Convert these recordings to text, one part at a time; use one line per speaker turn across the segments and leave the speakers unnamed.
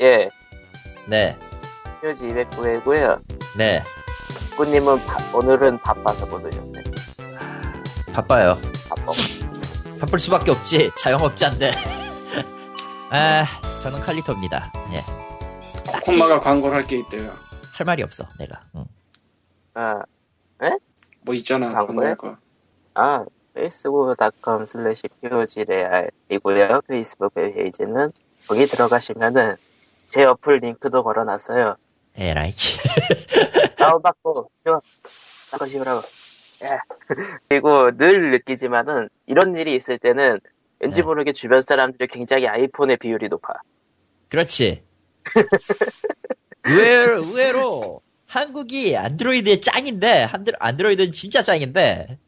예,
네,
휴지 209회고요.
네,
꾸님은 바- 오늘은 바빠서 못 오셨네.
바빠요.
바빠.
바쁠 수밖에 없지. 자영업자인데. 아, 저는 칼리토입니다. 예,
코코마가 광고를 할 게 있대요.
할 말이 없어, 내가. 응.
아,
뭐 있잖아.
광고요?
광고할 거.
아, facebook.com slash 표지레알이고요. 페이스북 페이지는 거기 들어가시면은 제 어플 링크도 걸어놨어요.
예, 에라이.
다운받고 쉬워. 닦고 쉬우라고. 예. 그리고 늘 느끼지만은 이런 일이 있을 때는 왠지
네.
모르게 주변 사람들이 굉장히 아이폰의 비율이 높아.
그렇지. 의외로, 의외로 한국이 안드로이드의 짱인데, 한드- 안드로이드는 진짜 짱인데,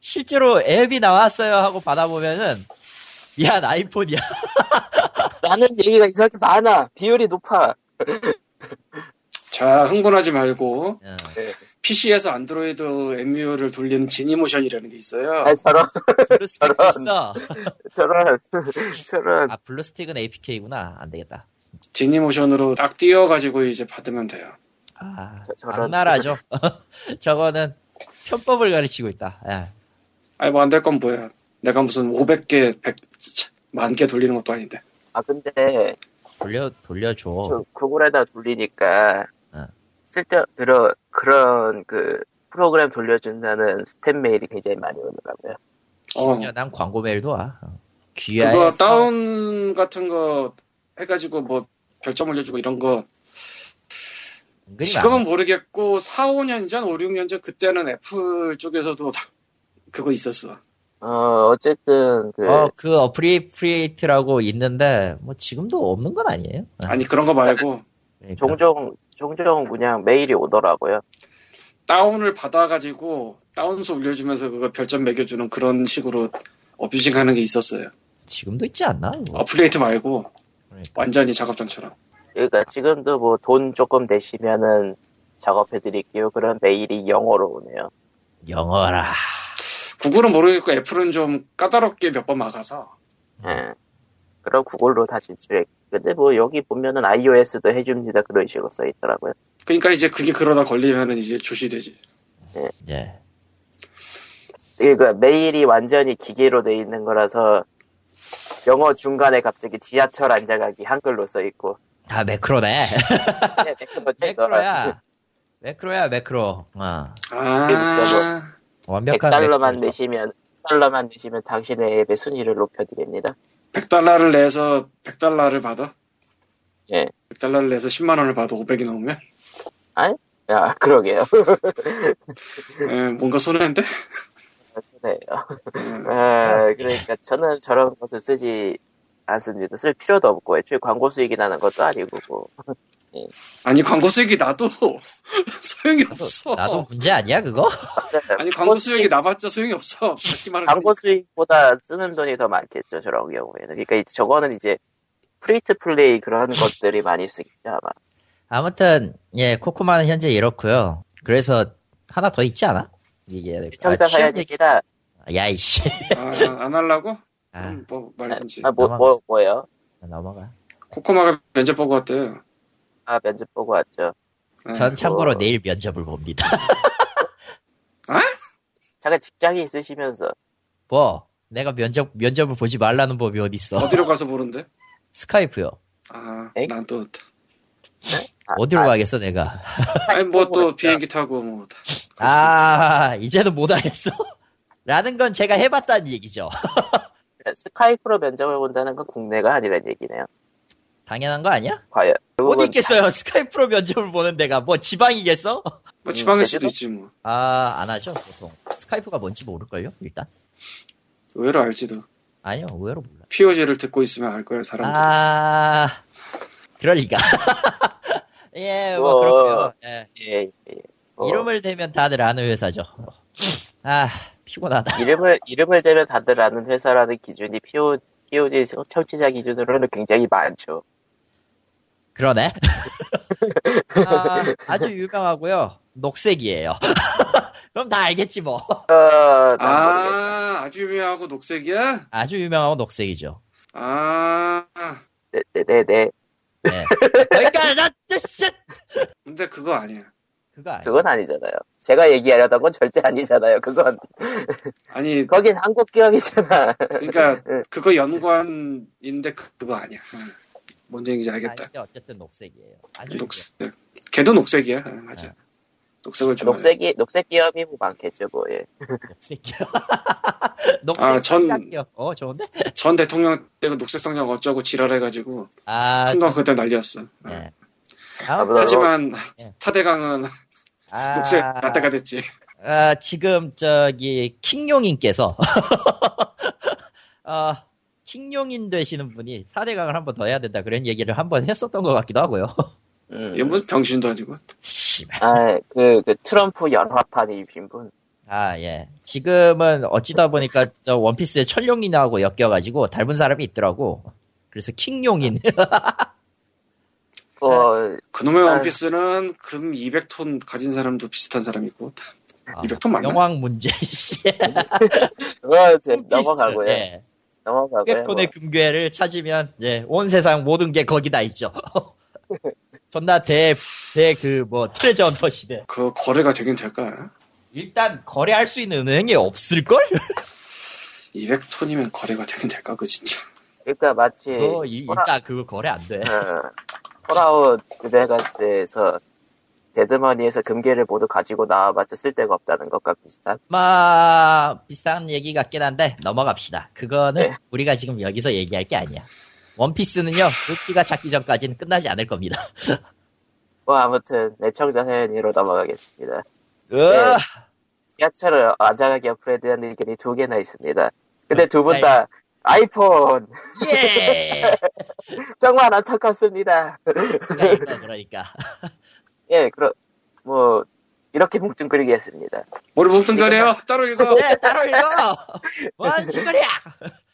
실제로 앱이 나왔어요 하고 받아보면은, 미안, 아이폰이야.
라는 얘기가 이상하게 많아. 비율이 높아.
자, 흥분하지 말고
응.
네.
PC에서 안드로이드 MU를 돌리는 지니모션이라는 게 있어요.
아, 저런,
블루스틱
저런.
있어.
저런, 저런.
아, 블루스틱은 APK구나. 안 되겠다.
지니모션으로 딱 띄워가지고 이제 받으면 돼요.
아,
저- 저런.
악랄하죠. 저거는 편법을 가르치고 있다. 예.
아니 뭐 안 될 건 뭐야. 내가 무슨 500개, 100, 만 개 돌리는 것도 아닌데.
아, 근데
돌려 돌려줘.
저 구글에다 돌리니까
어.
쓸데 들어 그런 그 프로그램 돌려준다는 스팸 메일이 굉장히 많이 오더라고요.
어,
그냥 난 광고 메일도 와. 어. 귀하에
그거
사-
다운 같은 거 해가지고 뭐 별점 올려주고 이런 거
은근히
지금은
많아.
모르겠고 4, 5년 전, 5, 6년 전 그때는 애플 쪽에서도 다 그거 있었어.
어 어쨌든 그
네.
어, 그 어프리프리에이트라고 있는데 뭐 지금도 없는 건 아니에요. 어,
아니 그런 거 말고
그러니까.
종종 종종 그냥 메일이 오더라고요.
다운을 받아가지고 다운수 올려주면서 그거 별점 매겨주는 그런 식으로 어뷰징 하는 게 있었어요.
지금도 있지 않나? 이거?
어플레이트 말고
그러니까.
완전히 작업장처럼.
그러니까 지금도 뭐 돈 조금 내시면은 작업해드릴게요. 그런 메일이 영어로 오네요.
영어라.
구글은 모르겠고 애플은 좀 까다롭게 몇 번 막아서
어.
예. 그럼 구글로 다 진출해. 근데 뭐 여기 보면은 iOS도 해줍니다. 그런 식으로 써 있더라고요.
그러니까 이제 그게 그러다 걸리면은 이제 조시되지.
예.
그러니까 메일이 완전히 기계로 돼 있는 거라서 영어 중간에 갑자기 지하철 앉아가기 한글로 써 있고
아 매크로네.
네, 매크로
매크로야. 매크로야 매크로. 어.
아
완벽한
100달러만
매크로죠.
내시면 100달러만 내시면 당신의 앱의 순위를 높여드립니다.
100달러를 내서 100달러를 받아.
예,
100달러를 내서 10만 원을 받아 500이 넘으면
아니, 야 그러게요.
예, 뭔가 손해인데.
네,
예.
아, 그러니까 저는 저런 것을 쓰지 않습니다. 쓸 필요도 없고 애초에 광고 수익이 나는 것도 아니고 뭐.
아니 광고 수익이 나도 소용이 없어.
나도 문제 아니야 그거?
아니 광고 수익이 나봤자 소용이 없어. 받기만 하면
광고 수익보다 쓰는 돈이 더 많겠죠 저런 경우에는 그러니까 이제 저거는 이제 프리트 플레이 그런 것들이 많이 쓰겠죠 아마
아무튼 예 코코마는 현재 이렇고요. 그래서 하나 더 있지 않아? 이게
시청자
취업
사연
얘기-
얘기다
야이씨.
아, 안 하려고?
아,
그럼 뭐 말든지.
아, 뭐,
넘어가.
뭐, 뭐예요?
넘어가.
코코마가 면접 보고 왔대요.
아 면접 보고 왔죠
네.
전 참고로
뭐.
내일 면접을 봅니다.
잠깐 직장이 있으시면서
뭐 내가 면접 면접을 보지 말라는 법이 어디 있어?
어디로 가서 보는데?
스카이프요.
아,
에이?
난 또.
아,
어디로
아,
가겠어 내가?
아니, 뭐 또
보니까.
비행기 타고 뭐. 다.
아 이제는 못 하겠어. 라는 건 제가 해봤다는 얘기죠.
스카이프로 면접을 본다는 건 국내가 아니란 얘기네요
당연한 거 아니야?
과연
어디
결국은
있겠어요? 스카이프로 면접을 보는 데가 뭐 지방이겠어?
뭐 지방일
음, 제주도?
수도 있지 뭐.
아 안 하죠 보통. 스카이프가 뭔지 모를걸요 일단.
의외로 알지도.
아니요 의외로 몰라.
POG를 듣고 있으면 알 거야, 사람들.
아, 그럴 리가. 예, 뭐
어.
우와.
그렇고요. 예.
예, 예. 뭐,
이름을 대면 다들 아는 회사죠. 아, 피곤하다.
이름을 이름을 대면 다들 아는 회사라는 기준이 PO, POG 청취자 기준으로는 굉장히 많죠
그러네. 아, 주 유명하고요. 녹색이에요. 그럼 다 알겠지 뭐.
어, 난 모르겠-
아, 아주 유명하고 녹색이야?
아주 유명하고 녹색이죠.
아,
네, 네, 네, 네.
네. 그러니까 나 진짜
근데 그거 아니야.
그거 아니야.
그건 아니잖아요. 제가 얘기하려던 건 절대 아니잖아요. 그건
아니
거긴 한국 기업이잖아.
그러니까 그거 연관인데 그- 그거 아니야. 응. 뭔 얘기인지 알겠다.
아닌데 어쨌든 녹색이에요. 아주
녹색. 걔도 녹색이야. 응, 맞아.
네.
녹색을 좋아해.
녹색이 녹색 기업이 뭐 많겠죠 뭐. 예.
녹색이요. 녹색
아, 전-
삼각형. 어 좋은데?
전 대통령 때가 녹색 성장 어쩌고 지랄해가지고
아
한동안 그때 난리였어. 응.
네.
아무튼
하지만
어.
사대강은
아,
녹색 라떼가 됐지.
아, 지금 저기 킹용인께서 어, 킹용인 되시는 분이 4대강을 한 번 더 해야 된다 그런 얘기를 한 번 했었던 것 같기도 하고요.
음.
이건 무슨 뭐 병신도 아니고.
씨발.
아그 그 트럼프 연화판이신 분.
아 예. 지금은 어찌다 보니까 저 원피스의 천룡인하고 엮여가지고 닮은 사람이 있더라고. 그래서 킹용인.
뭐
그놈의
아유.
원피스는 금 200톤 가진 사람도 비슷한 사람이 있고
아,
200톤 맞나?
영왕 문제. 씨.
그거 이제
원피스,
네, 넘어가고요.
예.
넘어가고요. 뭐.
200톤의 금괴를 찾으면 예, 온 세상 모든 게 거기다 있죠. 존나 대대그뭐 트레저 헌터 시대.
그 거래가 되긴 될까?
일단 거래할 수 있는 은행이 없을 걸?
200톤이면 거래가 되긴 될까 그 진짜.
그러니까 마치
어, 이-
호라-
일단 그거 거래 안 돼.
어, 호라웃 베가스에서 데드머니에서 금괴를 모두 가지고 나와봤자 쓸데가 없다는 것과 비슷한.
마 비슷한 얘기 같긴 한데 넘어갑시다. 그거는
네.
우리가 지금 여기서 얘기할 게 아니야. 원피스는요 루키가 찾기 전까지는 끝나지 않을 겁니다.
뭐 아무튼 내청자 사연으로 넘어가겠습니다.
으아,
지하철을 안전하게 옆에 대한 의견이 두 개나 있습니다.
네.
근데 두 분
아이.
다 아이폰
예.
정말 안타깝습니다.
그러니까, 그러니까.
예, 그럼 뭐 이렇게 뭉뚱그리겠습니다.
뭘 무슨 거래요? 따로 읽어.
네 따로 읽어. 뭐하는 짓거리야?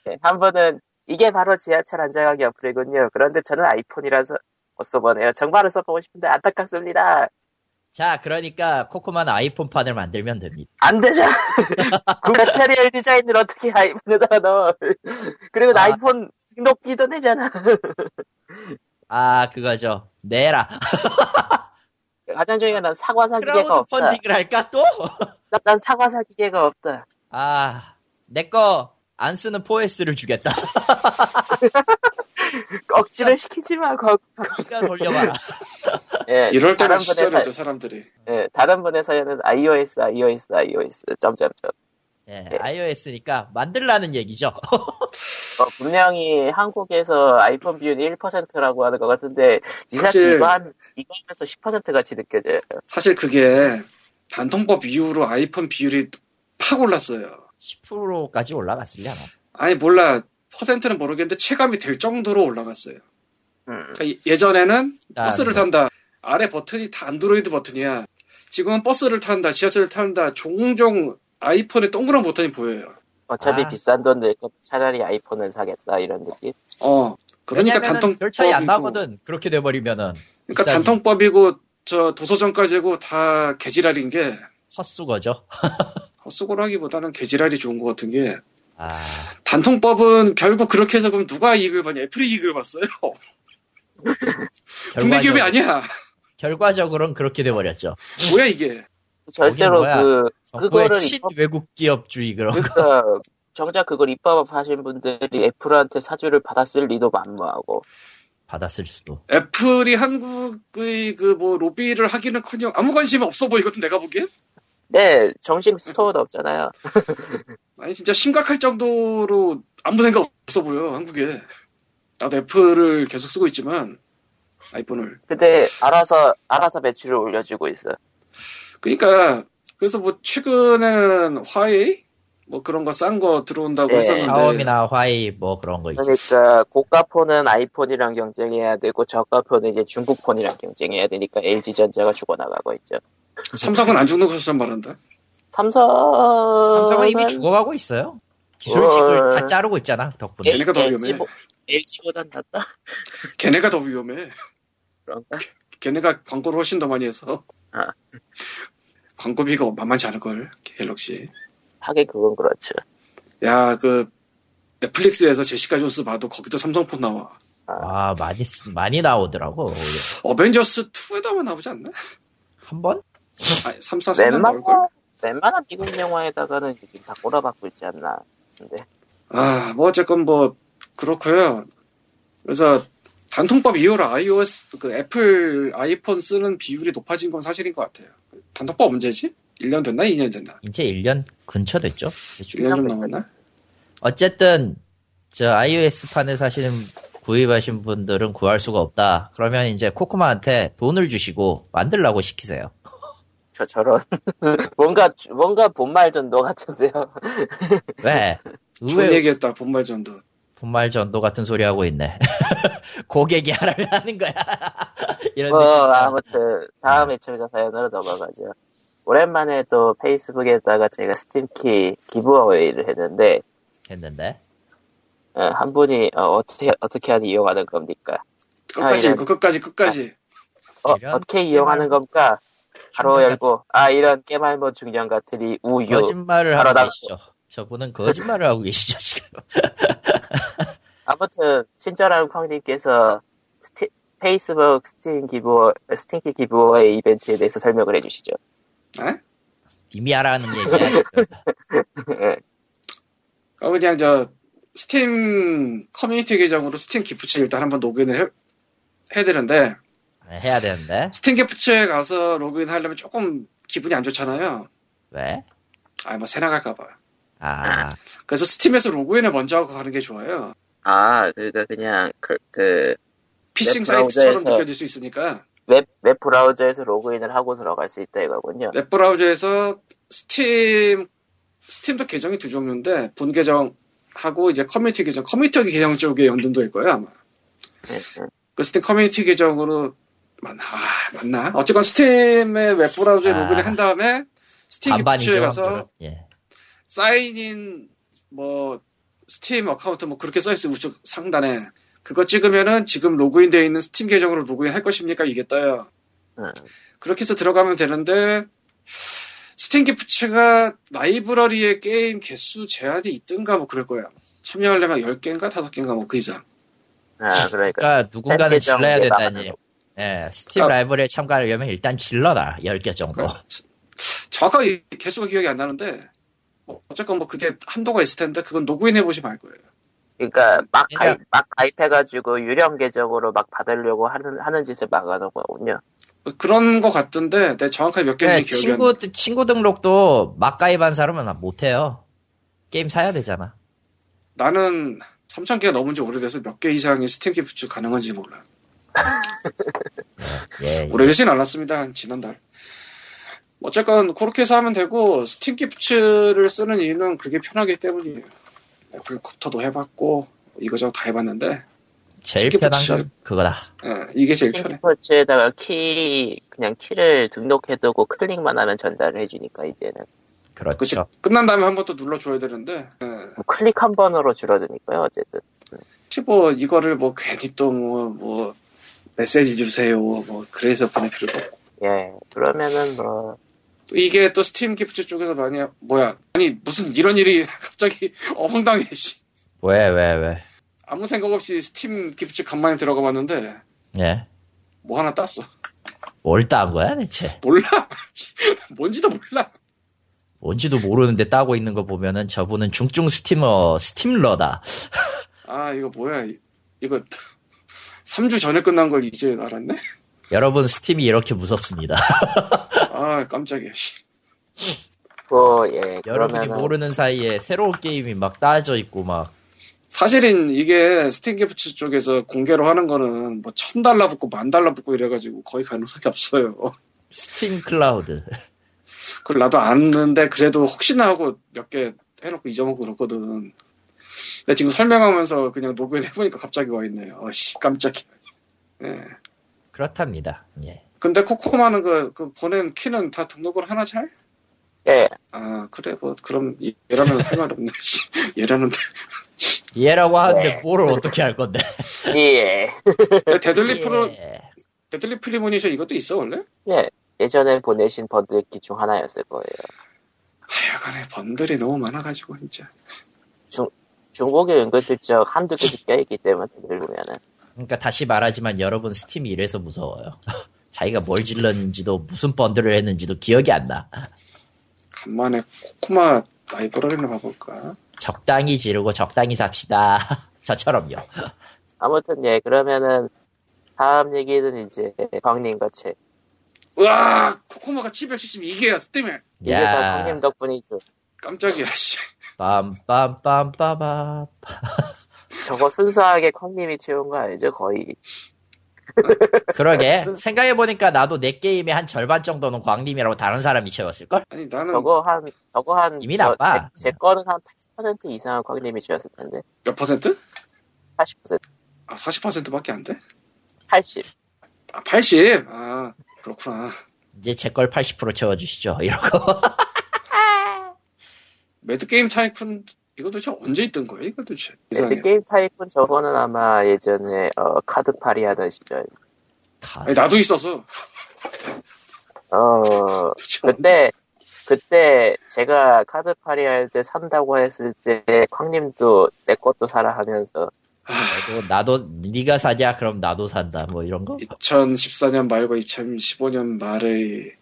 예, 한 분은 이게 바로 지하철 안전하게 어플이군요. 그런데 저는 아이폰이라서 못 써보네요. 정말로 써보고 싶은데 안타깝습니다.
자, 그러니까 코코만 아이폰판을 만들면 됩니다.
안 되죠. 그 메테리얼 디자인을 어떻게 아이폰에다가 넣어. 그리고 나
아.
아이폰 등록기도 내잖아.
아, 그거죠. 내라.
가장 중요한 건 난 사과 살 기계가
크라우드
아, 없다.
펀딩을 할까 또?
난, 난 사과 살 기계가 없다.
아, 내 거 안 쓰는 포에스를 주겠다.
억지를 시키지 마. 거,
네가 돌려봐라.
예,
이럴 때가
다른 분의 사,
시절이죠 사람들이.
예, 다른 분의 사연은 iOS, iOS, iOS 점점점.
예, iOS니까 만들라는 얘기죠.
어, 분명히 한국에서 아이폰 비율이 1%라고 하는 것 같은데
사실-
이사실 이거 한 이거 하면서 10% 같이 느껴져요.
사실 그게 단통법 이후로 아이폰 비율이 팍 올랐어요.
10%까지 올라갔으려나.
아니 몰라 퍼센트는 모르겠는데 체감이 될 정도로 올라갔어요.
음.
그러니까 예- 예전에는
아,
버스를
네.
탄다 아래 버튼이 다 안드로이드 버튼이야. 지금은 버스를 탄다 지하철을 탄다 종종 아이폰에 동그란 버튼이 보여요.
어차피
아.
비싼 돈 들까 차라리 아이폰을 사겠다 이런 느낌.
어 그러니까
왜냐면은
단통법이고
별 차이 안 나거든. 그렇게 돼버리면은.
그러니까
비싸지.
단통법이고 저 도서전까지고 다 개지랄인 게
헛수거죠.
헛수고라기보다는 개지랄이 좋은 것 같은 게
아,
단통법은 결국 그렇게 해서 그럼 누가 이익을 봤냐? 애플이 이익을 봤어요. 국내
결과적-
기업이 아니야.
결과적으로는 그렇게 돼버렸죠.
뭐야 이게?
절대로
아, 뭐야?
그
정부의
그거를 입법-
친외국 기업주의 그런 거.
그러니까 정작 그걸 입법하신 분들이 애플한테 사주를 받았을 리도 만무하고
받았을 수도.
애플이 한국의 그 뭐 로비를 하기는커녕 아무 관심이 없어 보이거든 내가 보기엔.
네 정식 스토어도 없잖아요.
아니 진짜 심각할 정도로 아무 생각 없어 보여 한국에. 나도 애플을 계속 쓰고 있지만 아이폰을.
근데 알아서 알아서 매출을 올려주고 있어.
그러니까 그래서 뭐 최근에는 화웨이 뭐 그런 거 싼 거 들어온다고
예,
했었는데
샤오미나 화이 뭐 그런 거 있어.
그러니까 고가 폰은 아이폰이랑 경쟁해야 되고 저가 폰은 이제 중국 폰이랑 경쟁해야 되니까 LG 전자가 죽어나가고 있죠.
삼성은 안 죽는 것처럼 말한다.
삼성
삼성은 이미 죽어가고 있어요. 기술직을
어.
다 자르고 있잖아 덕분에.
얘네가 더 위험해.
LG보단 낫다.
걔네가 더 위험해.
그런가?
걔네가 광고를 훨씬 더 많이 해서
아.
광고비가 만만치 않을 걸 갤럭시.
하긴 그건 그렇죠.
야 그 넷플릭스에서 제시카 존스 봐도 거기도 삼성폰 나와.
와, 아, 많이, 쓰- 많이 나오더라고. 오히려.
어벤져스 2에도 아마 나오지 않나?
한 번?
아니 3, 4, 4는 나올걸?
웬만한 웬만한 미국 영화에다가는 요즘 다 꼬라박고 있지 않나. 근데
아뭐 어쨌건 뭐 그렇고요 그래서 단통법 이후로 iOS 그 애플 아이폰 쓰는 비율이 높아진 건 사실인 것 같아요 단통법 언제지? 1년 됐나? 2년 됐나?
이제 1년 근처 됐죠?
1년 좀 넘었나?
어쨌든, 저 iOS판을 사시는, 구입하신 분들은 구할 수가 없다. 그러면 이제 코코마한테 돈을 주시고 만들라고 시키세요.
저 저런 뭔가 뭔가 본말 전도 같은데요.
왜?
좋은
의외로
얘기했다 본말전도
분말 전도 같은 소리 하고 있네. 고객이 하라면 하는 거야. 이런
어,
느낌이야.
아무튼 다음 애청자 사연으로 넘어가죠. 오랜만에 또 페이스북에다가 제가 스팀키 기부어웨이를 했는데
했는데.
어, 한 분이 어, 떻게 어떻게 하니 이용하는 겁니까?
끝까지
아,
읽고 끝까지 끝까지
어,
이런
어떻게 이용하는 겁니까? 바로
충격
열고 아 이런 깨말모 중년 같으니 우유
거짓말을
바로
하고
나가고.
계시죠. 저분은 거짓말을 하고 계시죠, 지금.
아무튼 친절한 콩님께서 스티- 페이스북 스팀 기부 스팀키 기부어웨이 이벤트에 대해서 설명을 해주시죠.
네?
님이 하라는 얘기야. 지금.
어, 그냥 저 스팀 커뮤니티 계정으로 스팀 기프츠 일단 한번 로그인을 해, 해야 되는데
네, 해야 되는데.
스팀 기프츠에 가서 로그인 하려면 조금 기분이 안 좋잖아요
왜?
아뭐 새나갈까봐
아,
그래서 스팀에서 로그인을 먼저 하고 가는 게 좋아요
아 그러니까 그냥 그, 그
피싱
웹
사이트처럼
브라우저에서.
느껴질 수 있으니까
웹, 웹 브라우저에서 로그인을 하고 들어갈 수 있다 이거군요.
웹 브라우저에서 스팀 스팀도 계정이 두 종류인데 본 계정 하고 이제 커뮤니티 계정 커뮤니티 계정 쪽에 연동될 거예요 아마
네, 네.
그 스팀 커뮤니티 계정으로 맞나 아, 맞나 어쨌건 스팀의 웹 브라우저에
아.
로그인을 한 다음에 스팀 기프츠에
반반이죠.
가서
확률은. 예.
사인인 뭐 스팀 어카운트 뭐 그렇게 써 있어 우측 상단에 그거 찍으면은 지금 로그인되어 있는 스팀 계정으로 로그인 할 것입니까 이게 떠요.
네.
음.
그렇게 해서 들어가면 되는데 스팀 기프츠가 라이브러리에 게임 개수 제한이 있든가 뭐 그럴 거야. 참여하려면 10개인가 5개인가 뭐 그 이상.
아, 그러니까
그러니까 누군가는
팬 계정
질러야
이제
된다니.
나가는
예, 스팀
아.
라이브에 참가하려면 일단 질러라. 10개 정도.
그러니까 정확하게 개수가 기억이 안 나는데 뭐 어쨌건 뭐 그게 한도가 있을 텐데 그건 로그인해 보시면 알 거예요.
그러니까 막
그냥-
가입 막 가입해가지고 유령 계정으로 막 받으려고 하는 하는 짓을 막아놓은 거군요.
뭐 그런 거 같던데 내 정확하게 몇
네,
개인지 기억이 안 나.
친구, 친구 등록도 막 가입한 사람은 못해요. 게임 사야 되잖아.
나는 3,000개가 넘은 지 오래돼서 몇 개 이상의 스팀 기프츠 가능한지 몰라.
예, 예.
오래되진 않았습니다. 한 지난달. 어쨌건 그렇게 해서 하면 되고 스팀 기프츠를 쓰는 이유는 그게 편하기 때문이에요. 애플 컵터도 해봤고 이거저거 다 해봤는데
제일
스팀
편한
붙이죠.
건 그거다.
예, 이게 제일 편해.
킹키포츠에다가 키 그냥 키를 등록해두고 클릭만 하면 전달을 해주니까 이제는
그치.
그렇죠.
끝난 다음에 한 번 또 눌러줘야 되는데 예.
뭐 클릭 한 번으로 줄어드니까요. 어쨌든
혹시 뭐 이거를 뭐 괜히 또 뭐 뭐 메시지 주세요 뭐 그래서 보낼 필요도 없고
예 그러면은 뭐
또 이게 또 스팀 기프츠 쪽에서 많이 뭐야 아니 무슨 이런 일이 갑자기 어흥당해 씨.
왜, 왜, 왜.
아무 생각 없이 스팀 기프츠 간만에 들어가 봤는데
예.
뭐 하나 땄어.
뭘 따온 거야, 대체?
몰라. 뭔지도 몰라.
뭔지도 모르는데 따고 있는 거 보면은 저분은 중증 스팀어, 스팀러다.
아 이거 뭐야. 이- 이거 3주 전에 끝난 걸 이제 알았네.
여러분, 스팀이 이렇게 무섭습니다.
아 깜짝이야. 씨.
뭐예
여러분이
그러면은
모르는 사이에 새로운 게임이 막 따져 있고 막.
사실은 이게 스팀 기프츠 쪽에서 공개로 하는 거는 뭐 천 달러 붙고 만 달러 붙고 이래가지고 거의 가능성이 없어요.
스팀 클라우드.
그걸 나도 아는데 그래도 혹시나 하고 몇 개 해놓고 잊어먹고 그렇거든. 근데 지금 설명하면서 그냥 로그인 해보니까 갑자기 와있네. 어씨 깜짝이야. 예.
그렇답니다. 예.
근데 코코마는 그, 그 보낸 키는 다 등록을 하나 잘?
예
아 그래 뭐 그럼 이- 얘라면 할 말 없네. 씨. 얘라는
얘라고 하는데
네.
뭐를 어떻게 할 건데.
예.
데- 데들리 프로
예.
데들리 프리모니션 이것도 있어 원래?
예. 예전에 보내신 번들기 중 하나였을 거예요.
하여간에 번들이 너무 많아가지고 진짜.
중국에 은근슬쩍 한두 개씩 껴있기 때문에 늙으면은
그러니까 다시 말하지만 여러분 스팀이 이래서 무서워요. 자기가 뭘 질렀는지도 무슨 번들을 했는지도 기억이 안 나.
간만에 코코마 라이브러리를 봐볼까?
적당히 지르고 적당히 삽시다. 저처럼요.
아무튼 예 그러면은 다음 얘기는 이제 광님 거체
으아! 코코마가 772개야, 스팀에!
이게 다
야,
광님 덕분이죠.
깜짝이야, 씨.
빰빰빰빰빰.
저거 순수하게 광님이 채운 거 알죠? 거의
그러게 생각해 보니까 나도 내 게임의 한 절반 정도는 광님이라고 다른 사람이 채웠을 걸.
아니, 나는
저거 한 저거 한
이미
저-
나빠.
제, 제 거는 한 80% 이상은 광님이 채웠을 텐데
몇 퍼센트?
80%
아, 40%밖에 안 돼?
80
아, 80! 아, 그렇구나.
이제 제 걸 80% 채워주시죠. 이러고
매드게임 타이쿤, 이거 도대체 언제 있던 거야, 이거 도대체? 이상해.
근데 게임 타입은 저거는 아마 예전에 어, 카드팔이 하던 시절.
가-
아니, 나도 있어서.
어,
도대체 언제?
그때, 그때 제가 카드팔이 할 때 산다고 했을 때, 광님도 내 것도 사라 하면서,
그리고 나도 네가 사냐 그럼 나도 산다 뭐 이런 거.
2014년 말고 2015년 말의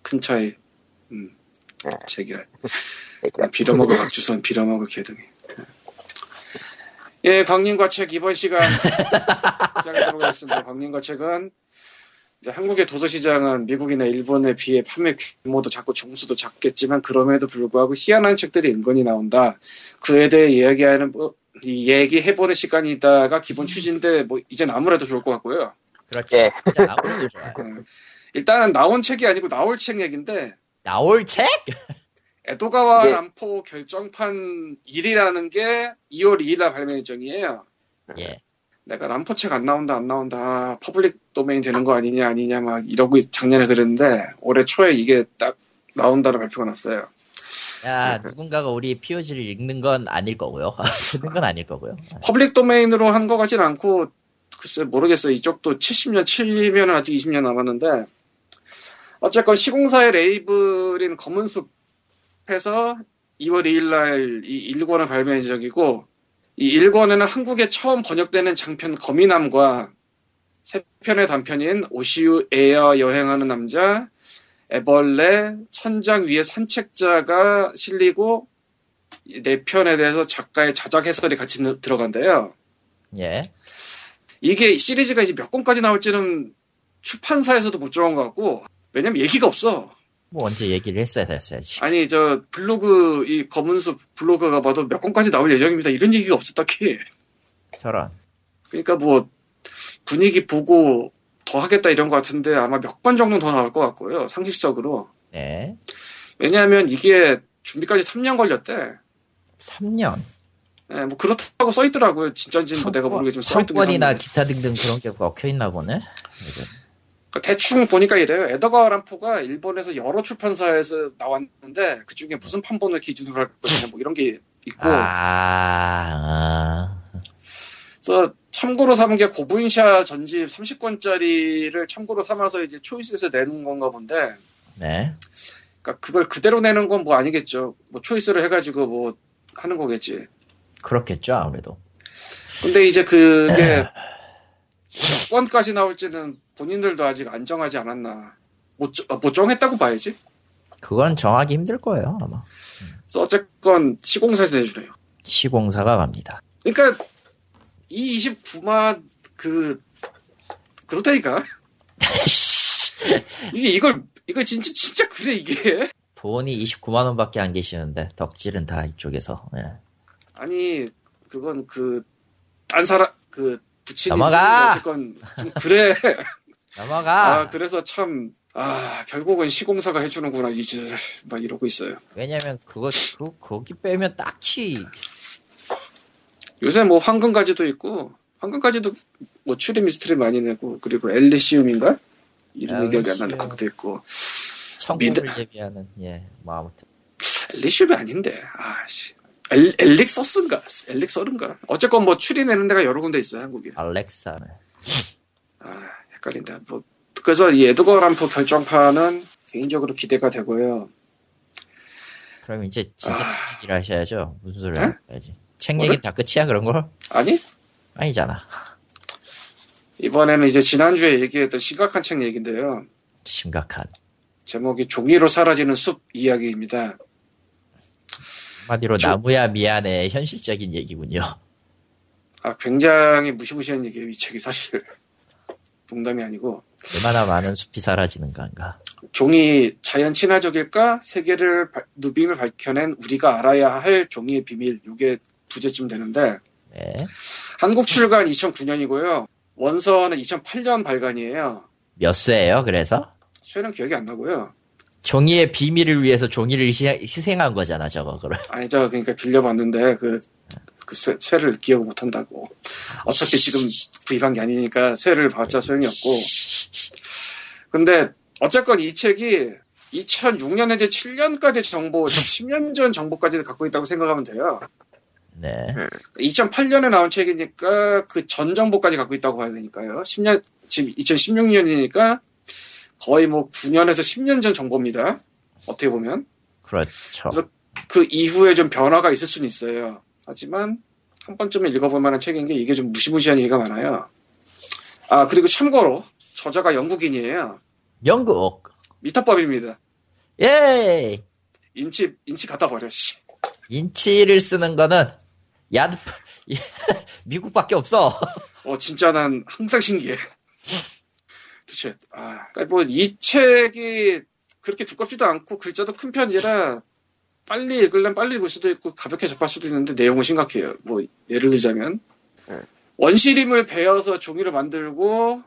큰 차이. 음.
네.
제기랄.
그러니까
빌어먹을 박주선, 빌어먹을 개등이. 예, 광님과 책 이번 시간 시작하도록 하겠습니다. 광님과 책은 이제 한국의 도서시장은 미국이나 일본에 비해 판매 규모도 작고 종수도 작겠지만 그럼에도 불구하고 희한한 책들이 은근히 나온다. 그에 대해 이야기하는 뭐, 이 얘기해보는 시간이다가 기본 취지인데 뭐 이젠 아무래도 좋을 것 같고요.
그렇죠.
예.
진짜 나오는 게 좋아요.
음. 일단은 나온 책이 아니고 나올 책 얘긴데
나올 책?
에도가와
이게-
남포 결정판 1이라는 게 2월 2일날 발매 예정이에요.
예.
내가 람포 책 안 나온다 안 나온다 아, 퍼블릭 도메인 되는 거 아니냐 아니냐 막 이러고 작년에 그랬는데 올해 초에 이게 딱 나온다는 발표가 났어요.
야 누군가가 우리 POG를 읽는 건 아닐 거고요. 읽는 건 아닐 거고요.
퍼블릭 도메인으로 한 거 같진 않고 글쎄 모르겠어요. 이쪽도 70년 7면 아직 20년 남았는데 어쨌건 시공사의 레이블인 검은숲에서 2월 2일날 이 1권을 발매 예정이고 이 1권에는 한국에 처음 번역되는 장편 거미남과 세 편의 단편인 오시우 에어 여행하는 남자, 애벌레, 천장 위의 산책자가 실리고 이네 편에 대해서 작가의 자작 해설이 같이 느- 들어간대요.
예.
이게 시리즈가 이제 몇 권까지 나올지는 출판사에서도 못 정한 것 같고 왜냐면 얘기가 없어.
뭐 언제 얘기를 했어야 됐어야지.
아니 저 블로그 이 검은숲 블로그가 봐도 몇 권까지 나올 예정입니다. 이런 얘기가 없어 딱히.
저런.
그러니까 뭐 분위기 보고 더 하겠다 이런 것 같은데 아마 몇 권 정도 더 나올 것 같고요 상식적으로
예.
왜냐하면 이게 준비까지 3년 걸렸대
3년.
예, 뭐 그렇다고 써있더라고요 진짜인지는 뭐 내가 모르겠지만 써있던 게
성권이나
3년.
기타 등등 그런 게 먹혀 있나 보네.
그러니까 대충 보니까 이래요 에더가 람포가 일본에서 여러 출판사에서 나왔는데 그중에 무슨 판본을 기준으로 할 것이냐 뭐 이런 게 있고
아, 아.
그래서 참고로 삼은 게 고분샤 전집 30권짜리를 참고로 삼아서 이제 초이스에서 내는 건가 본데
네.
그러니까 그걸 그대로 내는 건 뭐 아니겠죠. 뭐 초이스를 해가지고 뭐 하는 거겠지.
그렇겠죠, 아무래도.
근데 이제 그게 몇 권까지 나올지는 본인들도 아직 안 정하지 않았나. 못, 정- 어, 못 정했다고 봐야지.
그건 정하기 힘들 거예요, 아마.
그래서 어쨌건 시공사에서 내주래요.
시공사가 갑니다.
그러니까 이 29만 그 그렇다니까 이게 이걸 이거 진짜 진짜 그래 이게
돈이 29만원 밖에 안 계시는데, 덕질은 다 이쪽에서. 예.
아니 그건 그 딴 사람 그 부친이
넘어가!
어쨌건 좀 그래
넘어가!
아, 그래서 참, 아, 결국은 시공사가 해주는구나, 이제. 막 이러고 있어요.
왜냐면, 그거, 그, 거기 빼면 딱히,
요새 뭐 황금가지도 있고, 황금가지도 뭐 추리 미스트리 많이 내고, 그리고 엘리시움인가? 이름이 기억이 안 나는
아, 엘리시움.
곡도 있고.
천국을 대비하는, 예, 뭐, 아무튼.
엘리시움이 아닌데, 아씨. 엘, 엘릭서스인가? 엘릭서른가? 어쨌건 뭐 추리 내는 데가 여러 군데 있어요, 한국에.
알렉사.
아, 헷갈린다. 뭐, 그래서 이 에드거 람프 결정판은 개인적으로 기대가 되고요.
그럼 이제 진짜
아.
책 얘기를 하셔야죠. 무슨 소리를
응?
해야지. 책 얘기는 다 끝이야, 그런 걸?
아니?
아니잖아.
이번에는 이제 지난주에 얘기했던 심각한 책 얘기인데요.
심각한.
제목이 종이로 사라지는 숲 이야기입니다.
한마디로
저-
나무야 미안해 현실적인 얘기군요.
아, 굉장히 무시무시한 얘기예요, 이 책이 사실. 농담이 아니고.
얼마나 많은 숲이 사라지는 건가.
종이 자연 친화적일까? 세계를 발- 누빔을 밝혀낸 우리가 알아야 할 종이의 비밀. 요게 부제쯤 되는데
네.
한국 출간 2009년이고요. 원서는 2008년 발간이에요.
몇 쇠예요? 그래서
수혜는 기억이 안 나고요.
종이의 비밀을 위해서 종이를 희- 희생한 거잖아 저거. 그럼.
아니 저 그러니까 빌려봤는데 그, 그 쇠, 쇠를 기억 못한다고. 어차피 지금 구입한 게 아니니까 쇠를 받자 소용이 없고. 근데 어쨌건 이 책이 2006년에 제 7년까지 정보, 10년 전 정보까지 갖고 있다고 생각하면 돼요.
네.
2008년에 나온 책이니까 그 전 정보까지 갖고 있다고 봐야 되니까요. 10년 지금 2016년이니까 거의 뭐 9년에서 10년 전 정보입니다. 어떻게 보면
그렇죠.
그래서- 그 이후에 좀 변화가 있을 수는 있어요. 하지만 한 번쯤은 읽어볼 만한 책인 게 이게 좀 무시무시한 얘기가 많아요. 아 그리고 참고로 저자가 영국인이에요.
영국.
미터법입니다.
예.
인치 인치 갖다 버려. 씨.
인치를 쓰는 거는 야드 미국밖에 없어.
어, 진짜 난 항상 신기해. 도대체, 아, 그러니까 뭐, 이 책이 그렇게 두껍지도 않고 글자도 큰 편이라 빨리 읽으려면 빨리 읽을 수도 있고 가볍게 접할 수도 있는데 내용은 심각해요. 뭐, 예를 들자면,
네.
원시림을 베어서 종이를 만들고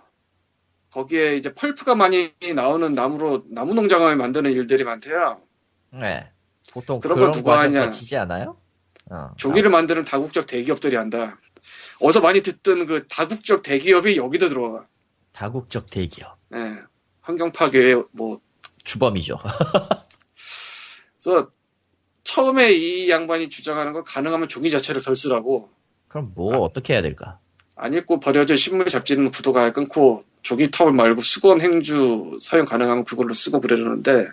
거기에 이제 펄프가 많이 나오는 나무로 나무 농장을 만드는 일들이 많대요.
네. 보통
그런
그런
건 누가
과정
하냐.
거치지 않아요? 어.
종이를 만드는 다국적 대기업들이 한다. 어서 많이 듣던 그 다국적 대기업이 여기도 들어와.
아, 다국적 대기업.
예, 환경 파괴 뭐
주범이죠.
그래서 처음에 이 양반이 주장하는 건 가능하면 종이 자체를 덜 쓰라고
그럼 뭐
아.
어떻게 해야 될까?
안 읽고 버려질 신문 잡지는 구도가 끊고 종이 타월 말고 수건 행주 사용 가능하면 그걸로 쓰고 그러는데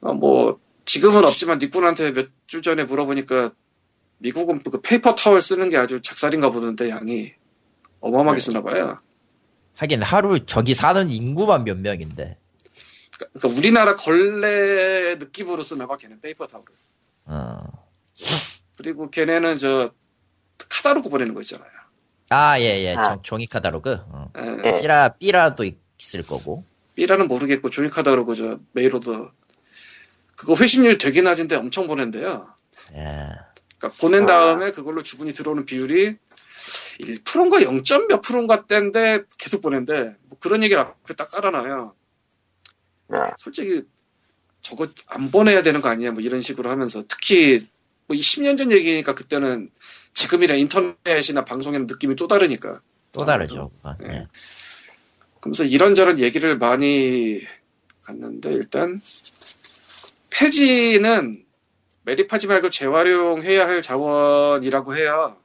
어, 뭐 지금은 없지만 니꾼한테 몇 주 전에 물어보니까 미국은 그 페이퍼 타월 쓰는 게 아주 작살인가 보던데 양이 어마어마하게 쓰나 봐요.
하긴 하루 저기 사는 인구만 몇 명인데.
그러니까 우리나라 걸레 느낌으로 쓰나 봐 걔는 페이퍼 타월을.
어.
그리고 걔네는 저 카다로그 보내는 거 있잖아요.
아, 예, 예.
아.
정- 종이 카다로그. 어.
예.
예.
삐라, 삐라도 있- 있을 거고.
B라는 모르겠고 종이 카다로그 저 메일로도 그거 회신율 되게 낮은데 엄청 보낸대요.
예.
그러니까 보낸
아.
다음에 그걸로 주문이 들어오는 비율이 1%인가 0. 몇 %인가 때인데 계속 보낸대. 뭐 그런 얘기를 앞에 딱 깔아놔요.
아.
솔직히 저거 안 보내야 되는 거 아니야? 뭐 이런 식으로 하면서 특히 뭐 10년 전 얘기니까 그때는 지금이랑 인터넷이나 방송이나 느낌이 또 다르니까.
또 다르죠. 그건.
예.
예.
그러면서 이런저런 얘기를 많이 갔는데 일단 폐지는 매립하지 말고 재활용해야 할 자원이라고 해요.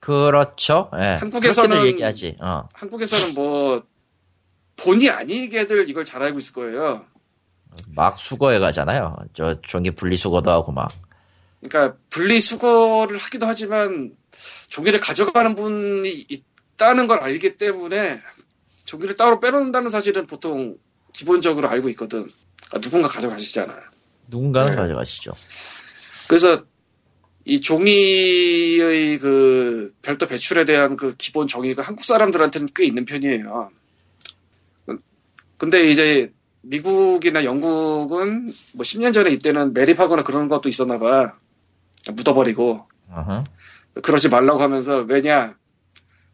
그렇죠. 예.
한국에서는-
그렇게들 얘기하지. 어.
한국에서는 뭐 본의 아니게들 이걸 잘 알고 있을 거예요.
막 수거해 가잖아요. 저 종이 분리수거도 하고 막.
그러니까 분리수거를 하기도 하지만 종이를 가져가는 분이 있다는 걸 알기 때문에 종이를 따로 빼놓는다는 사실은 보통 기본적으로 알고 있거든. 그러니까 누군가 가져가시잖아.
누군가는
예.
네.
가져가시죠.
그래서 이 종이의 그 별도 배출에 대한 그 기본 정의가 한국 사람들한테는 꽤 있는 편이에요. 근데 이제 미국이나 영국은 뭐 10년 전에 이때는 매립하거나 그런 것도 있었나 봐. 묻어버리고.
어허.
그러지 말라고 하면서 왜냐.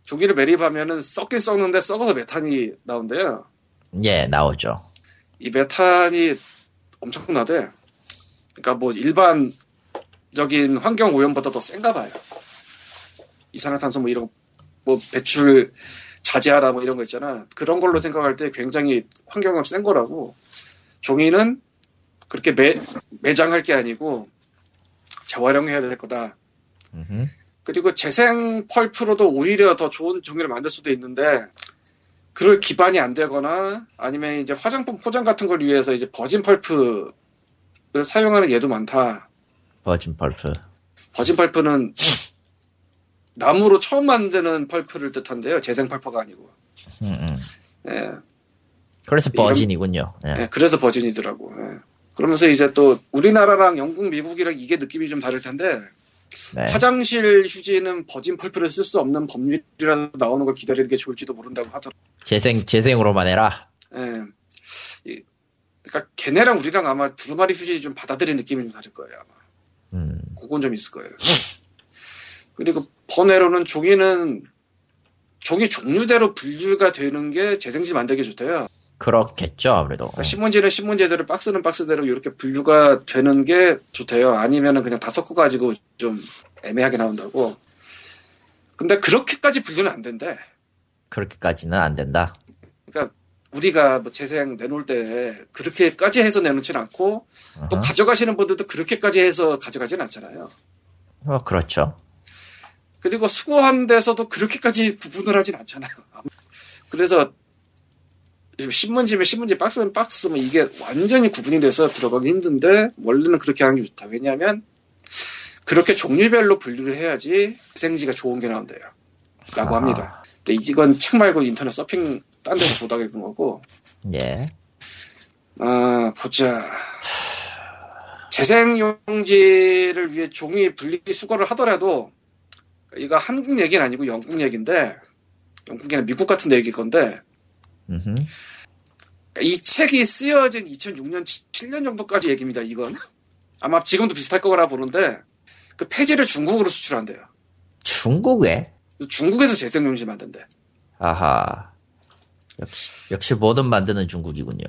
종이를 매립하면은 썩긴 썩는데 썩어서 메탄이 나온대요.
예, 나오죠.
이 메탄이 엄청나대. 그러니까 뭐 일반적인 환경 오염보다 더 센가 봐요. 이산화탄소 뭐 이런 뭐 배출 자제하라 뭐 이런 거 있잖아. 그런 걸로 생각할 때 굉장히 환경이 센 거라고. 종이는 그렇게 매, 매장할 게 아니고 재활용해야 될 거다.
음흠.
그리고 재생 펄프로도 오히려 더 좋은 종이를 만들 수도 있는데 그럴 기반이 안 되거나 아니면 이제 화장품 포장 같은 걸 위해서 이제 버진 펄프를 사용하는 예도 많다.
버진 펄프.
버진 펄프는 나무로 처음 만드는 펄프를 뜻한데요. 재생 펄프가 아니고.
음, 음.
예.
그래서 버진이군요. 예.
예, 그래서 버진이더라고. 예. 그러면서 이제 또 우리나라랑 영국, 미국이랑 이게 느낌이 좀 다를 텐데
네.
화장실 휴지는 버진 펄프를 쓸 수 없는 법률이라서 나오는 걸 기다리는 게 좋을지도 모른다고 하더라고.
재생 재생으로만 해라.
예. 이- 그러니까 걔네랑 우리랑 아마 두루마리 휴지 좀 받아들인 느낌이 좀 다를 거예요. 아마.
음.
그건 좀 있을 거예요. 그리고 번외로는 종이는 종이 종류대로 분류가 되는 게 재생지 만들기 좋대요.
그렇겠죠 아무래도. 어,
그러니까 신문지는 신문지대로 박스는 박스대로 이렇게 분류가 되는 게 좋대요. 아니면은 그냥 다 섞어가지고 좀 애매하게 나온다고. 근데 그렇게까지 분류는 안 된대.
그렇게까지는 안 된다.
우리가 뭐 재생 내놓을 때 그렇게까지 해서 내놓진 않고 또
어허.
가져가시는 분들도 그렇게까지 해서 가져가진 않잖아요.
어, 그렇죠.
그리고 수거한 데서도 그렇게까지 구분을 하진 않잖아요. 그래서 요즘 신문지면 신문지 박스는 박스 뭐 이게 완전히 구분이 돼서 들어가기 힘든데 원래는 그렇게 하는 게 좋다. 왜냐하면 그렇게 종류별로 분류를 해야지 생지가 좋은 게 나온대요. 라고
아하.
합니다. 근데 이건 책 말고 인터넷 서핑 딴 데서 보다가 읽은 거고
예.
아 보자. 재생용지를 위해 종이 분리 수거를 하더라도 이거 한국 얘기는 아니고 영국 얘기인데 영국이나 미국 같은 데 얘기일 건데
음흠.
이 책이 쓰여진 2006년 7년 정도까지 얘기입니다. 이건 아마 지금도 비슷할 거라 보는데 그 폐지를 중국으로 수출한대요.
중국에?
그래서 중국에서 재생용지 만든대.
아하. 역시, 역시 뭐든 만드는 중국이군요.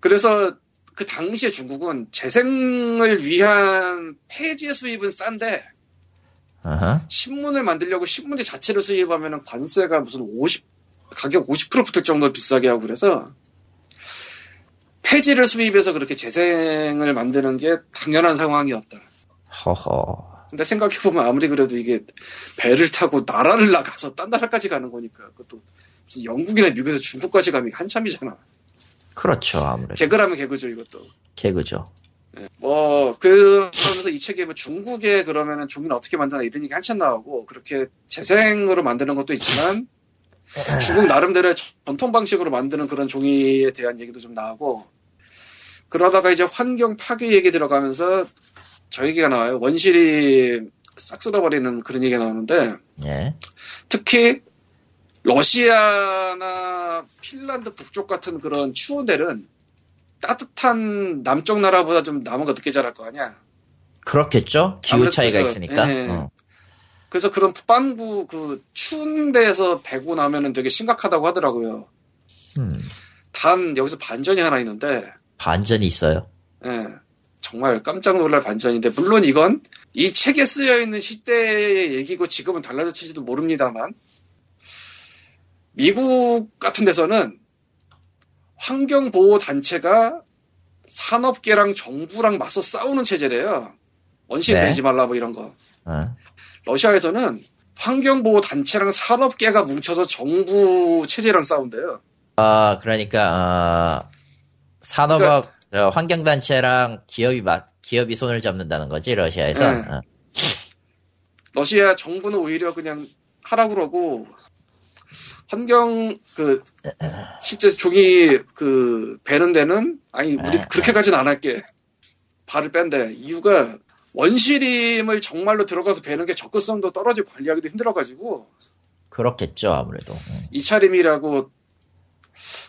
그래서 그 당시에 중국은 재생을 위한 폐지 수입은 싼데
아하.
신문을 만들려고 신문지 자체를 수입하면 관세가 무슨 50 가격 50% 붙을 정도로 비싸게 하고 그래서 폐지를 수입해서 그렇게 재생을 만드는 게 당연한 상황이었다.
허허.
근데 생각해보면 아무리 그래도 이게 배를 타고 나라를 나가서 딴 나라까지 가는 거니까 그것도 무슨 영국이나 미국에서 중국까지 가면 한참이잖아.
그렇죠, 아무래도.
개그라면 개그죠 이것도.
개그죠.
뭐 그러면서 이 책에 뭐 중국에 그러면은 종이는 어떻게 만드나 이런 얘기 한참 나오고 그렇게 재생으로 만드는 것도 있지만 중국 나름대로의 전통 방식으로 만드는 그런 종이에 대한 얘기도 좀 나오고 그러다가 이제 환경 파괴 얘기 들어가면서 저 얘기가 나와요 원실이 싹 쓸어버리는 그런 얘기가 나오는데
예.
특히 러시아나 핀란드 북쪽 같은 그런 추운 데는 따뜻한 남쪽 나라보다 좀 나무가 늦게 자랄 거 아니야.
그렇겠죠? 기후
아무래도
차이가
그래서,
있으니까.
예.
어.
그래서 그런 북반구 그 추운 데에서 배고 나면은 되게 심각하다고 하더라고요.
음.
단 여기서 반전이 하나 있는데,
반전이 있어요.
예, 정말 깜짝 놀랄 반전인데 물론 이건 이 책에 쓰여 있는 시대의 얘기고 지금은 달라질지도 모릅니다만 미국 같은 데서는 환경 보호 단체가 산업계랑 정부랑 맞서 싸우는 체제래요. 원심
네.
내지 말라 뭐 이런 거.
어.
러시아에서는 환경보호 단체랑 산업계가 뭉쳐서 정부 체제랑 싸운대요.
아, 그러니까, 아, 산업학,
그러니까
어, 환경단체랑 기업이 막, 기업이 손을 잡는다는 거지, 러시아에서.
예.
어.
러시아 정부는 오히려 그냥 하라 그러고 환경 그 실제 종이 그 배는 데는 아니 우리 그렇게까지는 안 할게 발을 뺀대 이유가 원시림을 정말로 들어가서 배는 게 접근성도 떨어지고 관리하기도 힘들어가지고
그렇겠죠, 아무래도. 음.
이차림이라고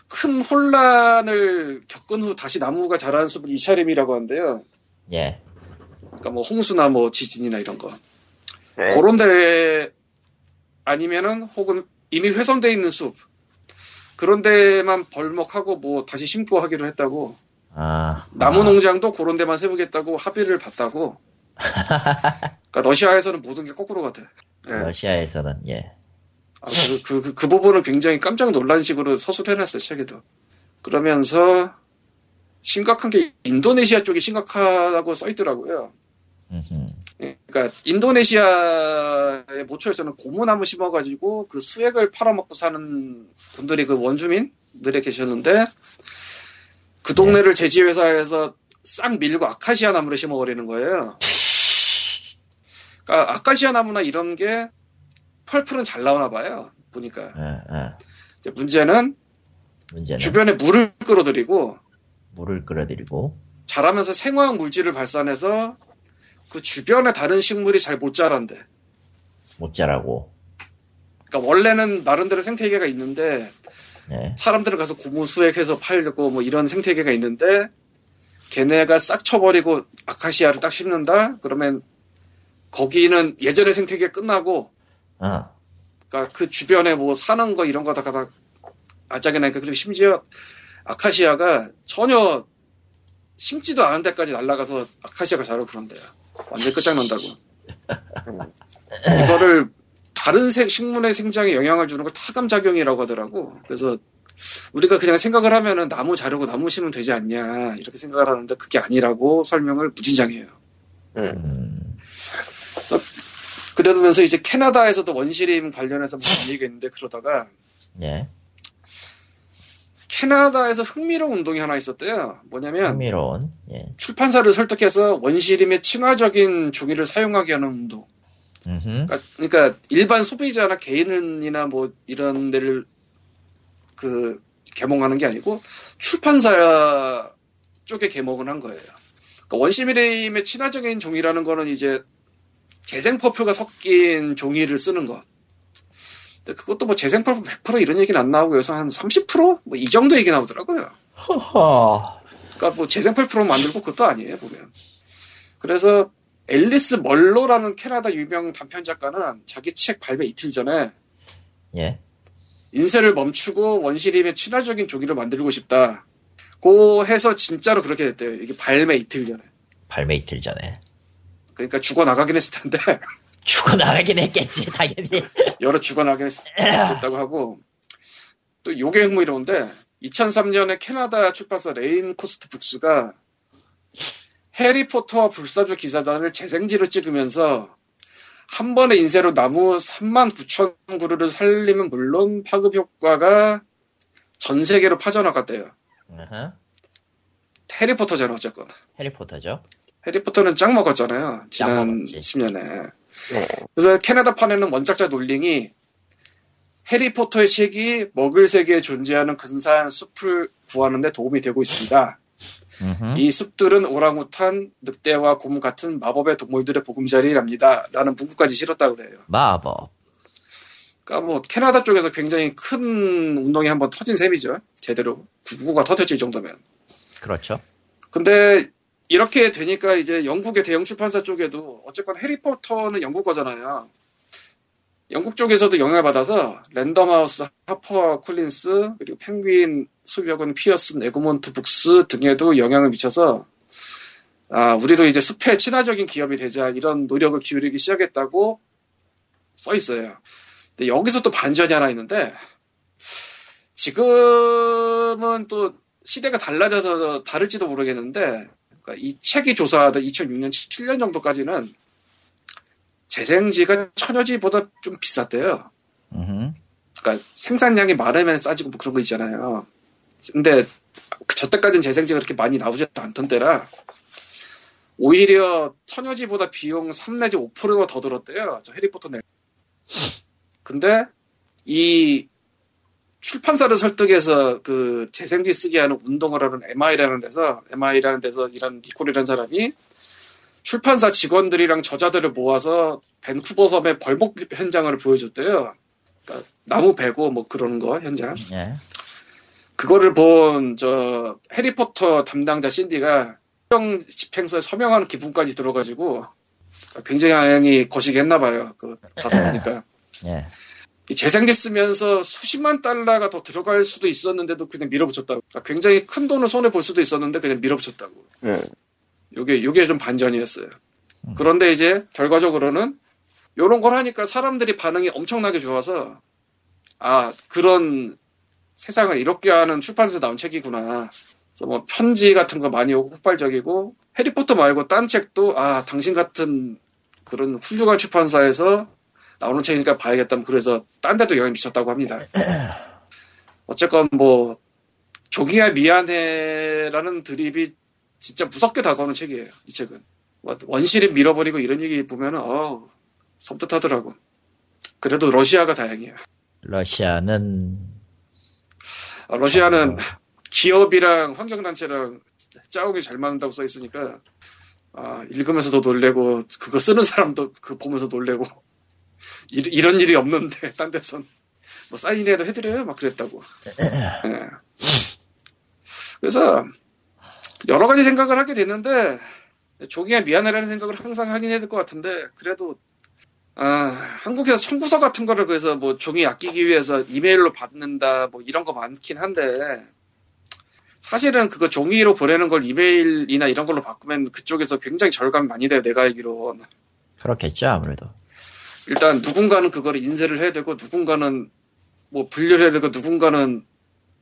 큰 혼란을 겪은 후 다시 나무가 자라는 숲을 이차림이라고 한대요.
예.
그러니까 뭐 홍수나 뭐 지진이나 이런 거
네.
그런 데 아니면은 혹은 이미 훼손돼 있는 숲 그런 데만 벌목하고 뭐 다시 심고 하기로 했다고
아.
나무
아.
농장도 그런 데만 세우겠다고 합의를 봤다고 그러니까 러시아에서는 모든 게 거꾸로 같아 예.
러시아에서는, 예.
아, 그, 그, 그, 그 부분을 굉장히 깜짝 놀란 식으로 서술해놨어요 책에도 그러면서 심각한 게 인도네시아 쪽이 심각하다고 써있더라고요
음흠.
그러니까 인도네시아의 모처에서는 고무나무 심어가지고 그 수액을 팔아먹고 사는 분들이 그 원주민들에 계셨는데 그 동네를 제지회사에서 싹 밀고 아카시아 나무를 심어버리는 거예요. 그러니까 아카시아 나무나 이런 게 펄프는 잘 나오나 봐요. 보니까.
예, 예.
이제 문제는
문제는
주변에 물을 끌어들이고
물을 끌어들이고
자라면서 생화학 물질을 발산해서 그 주변에 다른 식물이 잘 못 자란대.
못 자라고.
그러니까 원래는 나름대로 생태계가 있는데
예.
사람들은 가서 고무수액해서 팔고 뭐 이런 생태계가 있는데 걔네가 싹 쳐버리고 아카시아를 딱 심는다? 그러면 거기는 예전의 생태계 끝나고
어.
그러니까 그 주변에 뭐 사는 거 이런 거다가 다 아짝이 나니까 그리고 심지어 아카시아가 전혀 심지도 않은 데까지 날아가서 아카시아가 자라고 그런대요. 완전 끝장난다고. 음. 이거를 다른 생- 식물의 생장에 영향을 주는 걸 타감작용이라고 하더라고. 그래서 우리가 그냥 생각을 하면은 나무 자르고 나무 심으면 되지 않냐 이렇게 생각을 하는데 그게 아니라고 설명을 무진장해요.
음.
음.
그러면서 이제 캐나다에서도 원시림 관련해서 무슨 얘기가 있는데 그러다가
예.
캐나다에서 흥미로운 운동이 하나 있었대요. 뭐냐면
흥미로운. 예.
출판사를 설득해서 원시림의 친화적인 종이를 사용하게 하는 운동.
음.
그러니까, 그러니까 일반 소비자나 개인이나 뭐 이런 데를 그 개몽하는 게 아니고 출판사 쪽에 개몽을 한 거예요. 그러니까 원시림의 친화적인 종이라는 거는 이제 재생 퍼프가 섞인 종이를 쓰는 것. 근데 그것도 뭐 재생 퍼프 100% 이런 얘기는 안 나오고 여기서 한 30%? 뭐 이 정도 얘기 나오더라고요.
허허.
그러니까 뭐 재생팔 프로 만들고 그것도 아니에요 보면. 그래서 앨리스 멀로라는 캐나다 유명 단편 작가는 자기 책 발매 이틀 전에
예.
인쇄를 멈추고 원시림의 친화적인 종이를 만들고 싶다. 고 해서 진짜로 그렇게 됐대요. 이게 발매 이틀 전에.
발매 이틀 전에
그러니까 죽어 나가긴 했을 텐데
죽어 나가긴 했겠지 당연히.
여러 죽어 나가긴 했다고 하고 또 요게 흥미로운데 2003년에 캐나다 출판사 레인 코스트 북스가 해리포터와 불사조 기사단을 재생지로 찍으면서 한 번의 인쇄로 나무 3만 9천 그루를 살리면 물론 파급 효과가 전 세계로 파져나갔대요.
으흠.
해리포터잖아 어쨌건.
해리포터죠.
해리포터는 짱 먹었잖아요. 지난
먹었지.
10년에.
네.
그래서 캐나다판에는 원작자 놀링이 해리포터의 책이 먹을 세계에 존재하는 근사한 숲을 구하는데 도움이 되고 있습니다.
음.
이 숲들은 오랑우탄, 늑대와 곰 같은 마법의 동물들의 보금자리랍니다. 라는 문구까지 실었다고 그래요.
마법.
그러니까 뭐 캐나다 쪽에서 굉장히 큰 운동이 한번 터진 셈이죠. 제대로 구구가 터졌지 이 정도면.
그렇죠.
근데 이렇게 되니까 이제 영국의 대형 출판사 쪽에도 어쨌건 해리포터는 영국 거잖아요. 영국 쪽에서도 영향을 받아서 랜덤하우스, 하퍼 콜린스, 그리고 펭귄 소유학원 피어슨, 에그몬트 북스 등에도 영향을 미쳐서 아, 우리도 이제 숲에 친화적인 기업이 되자 이런 노력을 기울이기 시작했다고 써 있어요. 근데 여기서 또 반전이 하나 있는데 지금은 또 시대가 달라져서 다를지도 모르겠는데 그러니까 이 책이 조사하던 2006년, 7년 정도까지는 재생지가 천여지보다 좀 비쌌대요.
음.
그러니까 생산량이 많으면 싸지고 뭐 그런 거 있잖아요. 근데 그 저 때까지는 재생지가 그렇게 많이 나오지 않던 때라 오히려 천여지보다 비용 3 내지 5%가 더 들었대요. 저 해리포터 낼. 근데 이 출판사를 설득해서 그 재생지 쓰게 하는 운동을 하는 MI라는 데서 MI라는 데서 일하는 니콜이라는 사람이 출판사 직원들이랑 저자들을 모아서 밴쿠버 섬의 벌목 현장을 보여줬대요. 그러니까 나무 베고 뭐 그러는 거 현장.
예.
그거를 본 저 해리포터 담당자 신디가 형 집행서에 서명하는 기분까지 들어가지고 굉장히 거시기 했나 봐요. 그 가서 보니까
예.
이 재생기 쓰면서 수십만 달러가 더 들어갈 수도 있었는데도 그냥 밀어붙였다고. 그러니까 굉장히 큰 돈을 손해 볼 수도 있었는데 그냥 밀어붙였다고.
음.
요게 요게 좀 반전이었어요.
음.
그런데 이제 결과적으로는 요런 걸 하니까 사람들이 반응이 엄청나게 좋아서 아 그런 세상을 이렇게 하는 출판사에서 나온 책이구나. 그래서 뭐 편지 같은 거 많이 오고 폭발적이고 해리포터 말고 딴 책도 아 당신 같은 그런 훌륭한 출판사에서 나오는 책이니까 봐야겠다. 뭐 그래서 딴 데도 영향 미쳤다고 합니다. 어쨌건 뭐 조기야 미안해라는 드립이 진짜 무섭게 다가오는 책이에요. 이뭐 책은 원시를 밀어버리고 이런 얘기 보면은 어 섬뜩하더라고. 그래도 러시아가 다행이야.
러시아는
아, 러시아는 기업이랑 환경단체랑 짜오기 잘 맞는다고 써 있으니까 아, 읽으면서도 놀래고 그거 쓰는 사람도 그 보면서 놀래고 이, 런 일이 없는데 딴 데선 뭐 사인이라도 해드려요 막 그랬다고 예. 그래서 여러 가지 생각을 하게 됐는데 종이야 미안해라는 생각을 항상 하긴 해야 될 것 같은데 그래도 아, 한국에서 청구서 같은 거를 그래서 뭐 종이 아끼기 위해서 이메일로 받는다 뭐 이런 거 많긴 한데 사실은 그거 종이로 보내는 걸 이메일이나 이런 걸로 바꾸면 그쪽에서 굉장히 절감 많이 돼요 내가 알기로
그렇겠죠 아무래도
일단 누군가는 그거를 인쇄를 해야 되고 누군가는 뭐 분류를 해야 되고 누군가는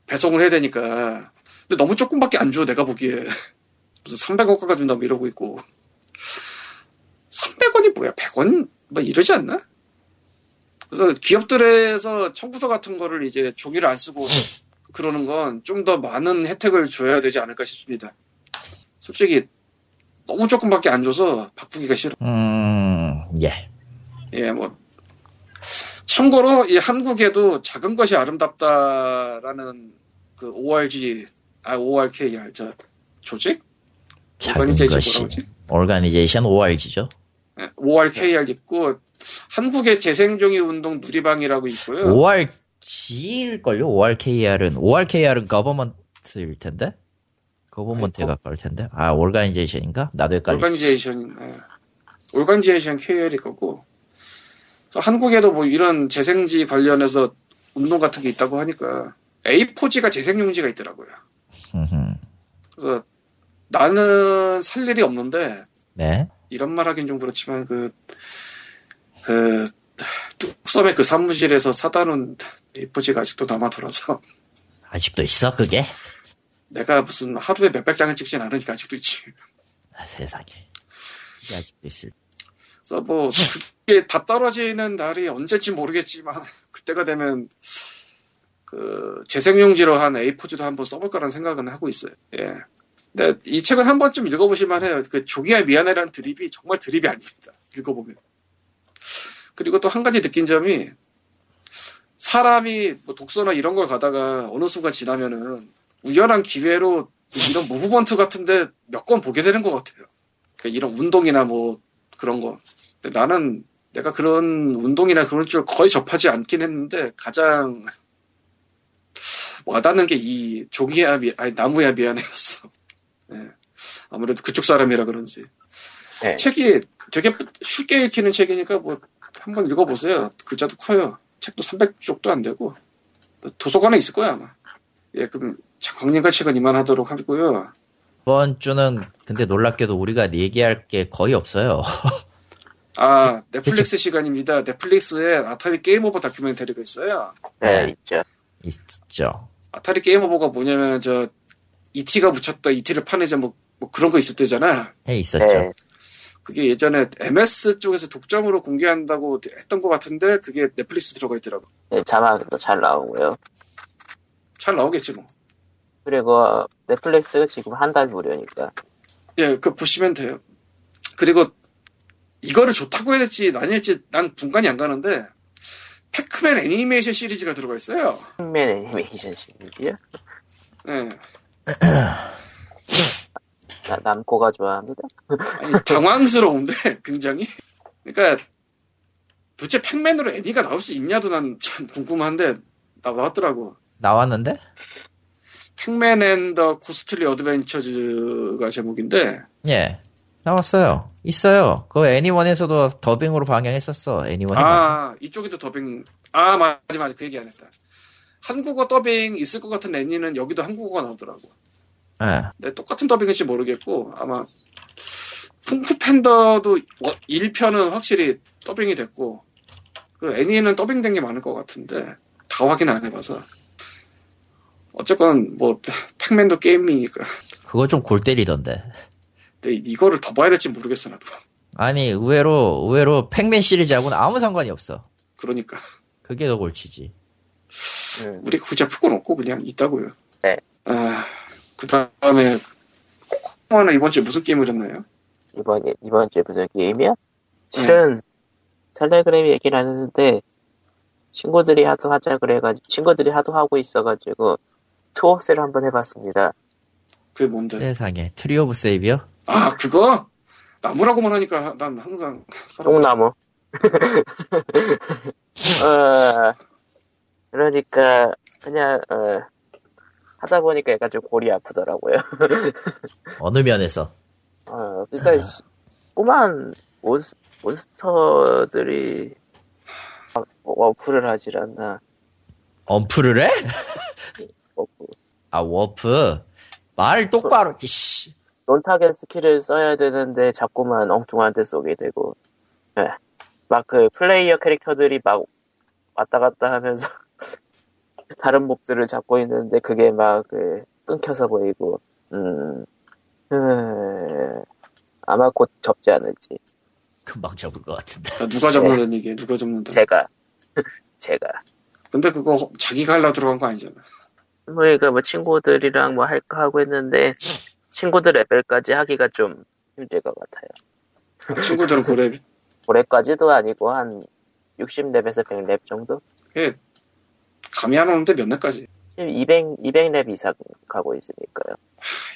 배송을 해야 되니까 근데 너무 조금밖에 안 줘 내가 보기에 무슨 300원 가까 준다 뭐 이러고 있고 300원이 뭐야 100원 뭐 이러지 않나? 그래서 기업들에서 청구서 같은 거를 이제 종이를 안 쓰고 그러는 건 좀 더 많은 혜택을 줘야 되지 않을까 싶습니다. 솔직히 너무 조금밖에 안 줘서 바꾸기가 싫어.
음, 음예
예, 뭐. 참고로, 이 한국에도 작은 것이 아름답다라는 그 ORG, 아, ORKR, 저, 조직?
작은
오가니제이션
것이
뭐라고
오르가니제이션 ORG죠
예, ORKR 있고, 한국의 재생종이 운동 누리방이라고 있고요.
ORG일걸요 ORKR은 ORKR은 거버먼트일 텐데
아니,
거버먼트가 걸 텐데 아 오르가니제이션인가 나도 헷갈려
올간제이션, 예, 올간제이션 KL일 거고, 또 한국에도 뭐 이런 재생지 관련해서 운동 같은 게 있다고 하니까, A4지가 재생용지가 있더라고요.
음흠.
그래서 나는 살 일이 없는데,
네
이런 말 하긴 좀 그렇지만 그, 그, 뚝섬의 그 사무실에서 사다 놓은 A4지가 아직도 남아 돌아서
아직도 있어 그게
내가 무슨 하루에 몇백 장을 찍진 않으니까 아직도 있지.
아, 세상에 이게 아직도 있을
그래서 뭐 그게 다 떨어지는 날이 언제일지 모르겠지만 그때가 되면 그 재생용지로 한 A4지도 한번 써볼 거라는 생각은 하고 있어요. 예. 근데 이 책은 한 번쯤 읽어보실만 해요. 그 종이야 미안해라는 드립이 정말 드립이 아닙니다. 읽어보면. 그리고 또 한 가지 느낀 점이 사람이 뭐 독서나 이런 걸 가다가 어느 순간 지나면은 우연한 기회로 이런 무브먼트 같은데 몇 권 보게 되는 것 같아요. 그러니까 이런 운동이나 뭐 그런 거. 근데 나는 내가 그런 운동이나 그런 쪽 거의 접하지 않긴 했는데 가장 와닿는 게 이 종이야 미 아니 나무야 미안해였어. 예. 아무래도 그쪽 사람이라 그런지
네.
책이 되게 쉽게 읽히는 책이니까 뭐 한번 읽어보세요. 글자도 커요. 책도 300쪽도 안 되고 도서관에 있을 거야 아마. 예, 그럼 광림과 책은 이만하도록 하고요.
이번 주는 근데 놀랍게도 우리가 얘기할 게 거의 없어요.
아 넷플릭스 시간입니다. 넷플릭스에 아타리 게임 오버 다큐멘터리가 있어요.
네, 있죠.
있죠.
아타리 게임 오버가 뭐냐면 저 이티가 붙였다 이티를 파내자 뭐, 뭐 그런 거 있을 때잖아.
해 있었죠.
네.
그게 예전에 MS 쪽에서 독점으로 공개한다고 했던 것 같은데 그게 넷플릭스 들어가 있더라고.
네, 자막도 잘 나오고요.
잘 나오겠지 뭐.
그리고 넷플릭스 지금 한 달 무료니까.
예, 그 보시면 돼요. 그리고 이거를 좋다고 해야 될지 아닐지 난 분간이 안 가는데 패크맨 애니메이션 시리즈가 들어가 있어요.
흑맨 애니메이션 시리즈요?
예.
나- 남코가 좋아합니다.
아니, 당황스러운데, 굉장히. 그러니까, 도대체 팩맨으로 애니가 나올 수 있냐도 난 참 궁금한데, 나 나왔더라고.
나왔는데?
팩맨 앤 더 코스틀리 어드벤처즈가 제목인데,
예. 나왔어요. 있어요. 그 애니원에서도 더빙으로 방영했었어. 애니원.
아, 이쪽에도 더빙, 아, 맞아, 맞아. 그 얘기 안 했다. 한국어 더빙 있을 것 같은 애니는 여기도 한국어가 나오더라고.
예.
근데 똑같은 더빙인지 모르겠고, 아마, 쿵푸 팬더도 1편은 확실히 더빙이 됐고, 그 애니는 더빙된 게 많을 것 같은데, 다 확인 안 해봐서. 어쨌건, 뭐, 팩맨도 게임이니까.
그거 좀 골 때리던데.
근데 이거를 더 봐야 될지 모르겠어, 나도.
아니 의외로 의외로 팩맨 시리즈하고는 아무 상관이 없어.
그러니까.
그게 더 골치지.
음.
우리 구자 풀어놓고 그냥 있다고요.
네.
아, 그 다음에, 콩콩아는 이번 주에 무슨 게임을 했나요?
이번, 이번 주에 무슨 게임이야? 실은 텔레그램 얘기를 하는데 친구들이 하도 하자 그래가지고 친구들이 하도 하고 있어가지고 투옥스를 한번 해봤습니다.
그게 뭔데?
세상에 트리 오브 세이비어?
아 그거 나무라고만 하니까 난 항상 사람
똥나무. 어, 그러니까 그냥 어, 하다 보니까 약간 좀 골이 아프더라고요.
어느 면에서?
어, 그러니까 씨, 꼬만 몬스, 몬스터들이 막 어플을 하질 않나.
엄프를 해?
어플.
아 워프 말 똑바로 씨
논타겟 스킬을 써야 되는데 자꾸만 엉뚱한데 쏘게 되고 예. 막 그 플레이어 캐릭터들이 막 왔다 갔다 하면서 다른 몹들을 잡고 있는데 그게 막 그 끊겨서 보이고 음, 음, 아마 곧 접지 않을지
금방 접을 것 같은데
야, 아, 누가 잡는다는 얘기야 누가 잡는다
네. 제가 제가
근데 그거 자기가 하려 들어간 거 아니잖아
뭐 그러니까 뭐 친구들이랑 뭐 할까 하고 했는데 친구들 레벨까지 하기가 좀 힘들 것 같아요
아, 친구들은 고래
올해까지도 아니고 한 60렙에서 100렙 정도?
그게 감이 안 오는데 몇 년까지 아,
지금 200, 200렙 이상 가고 있으니까요.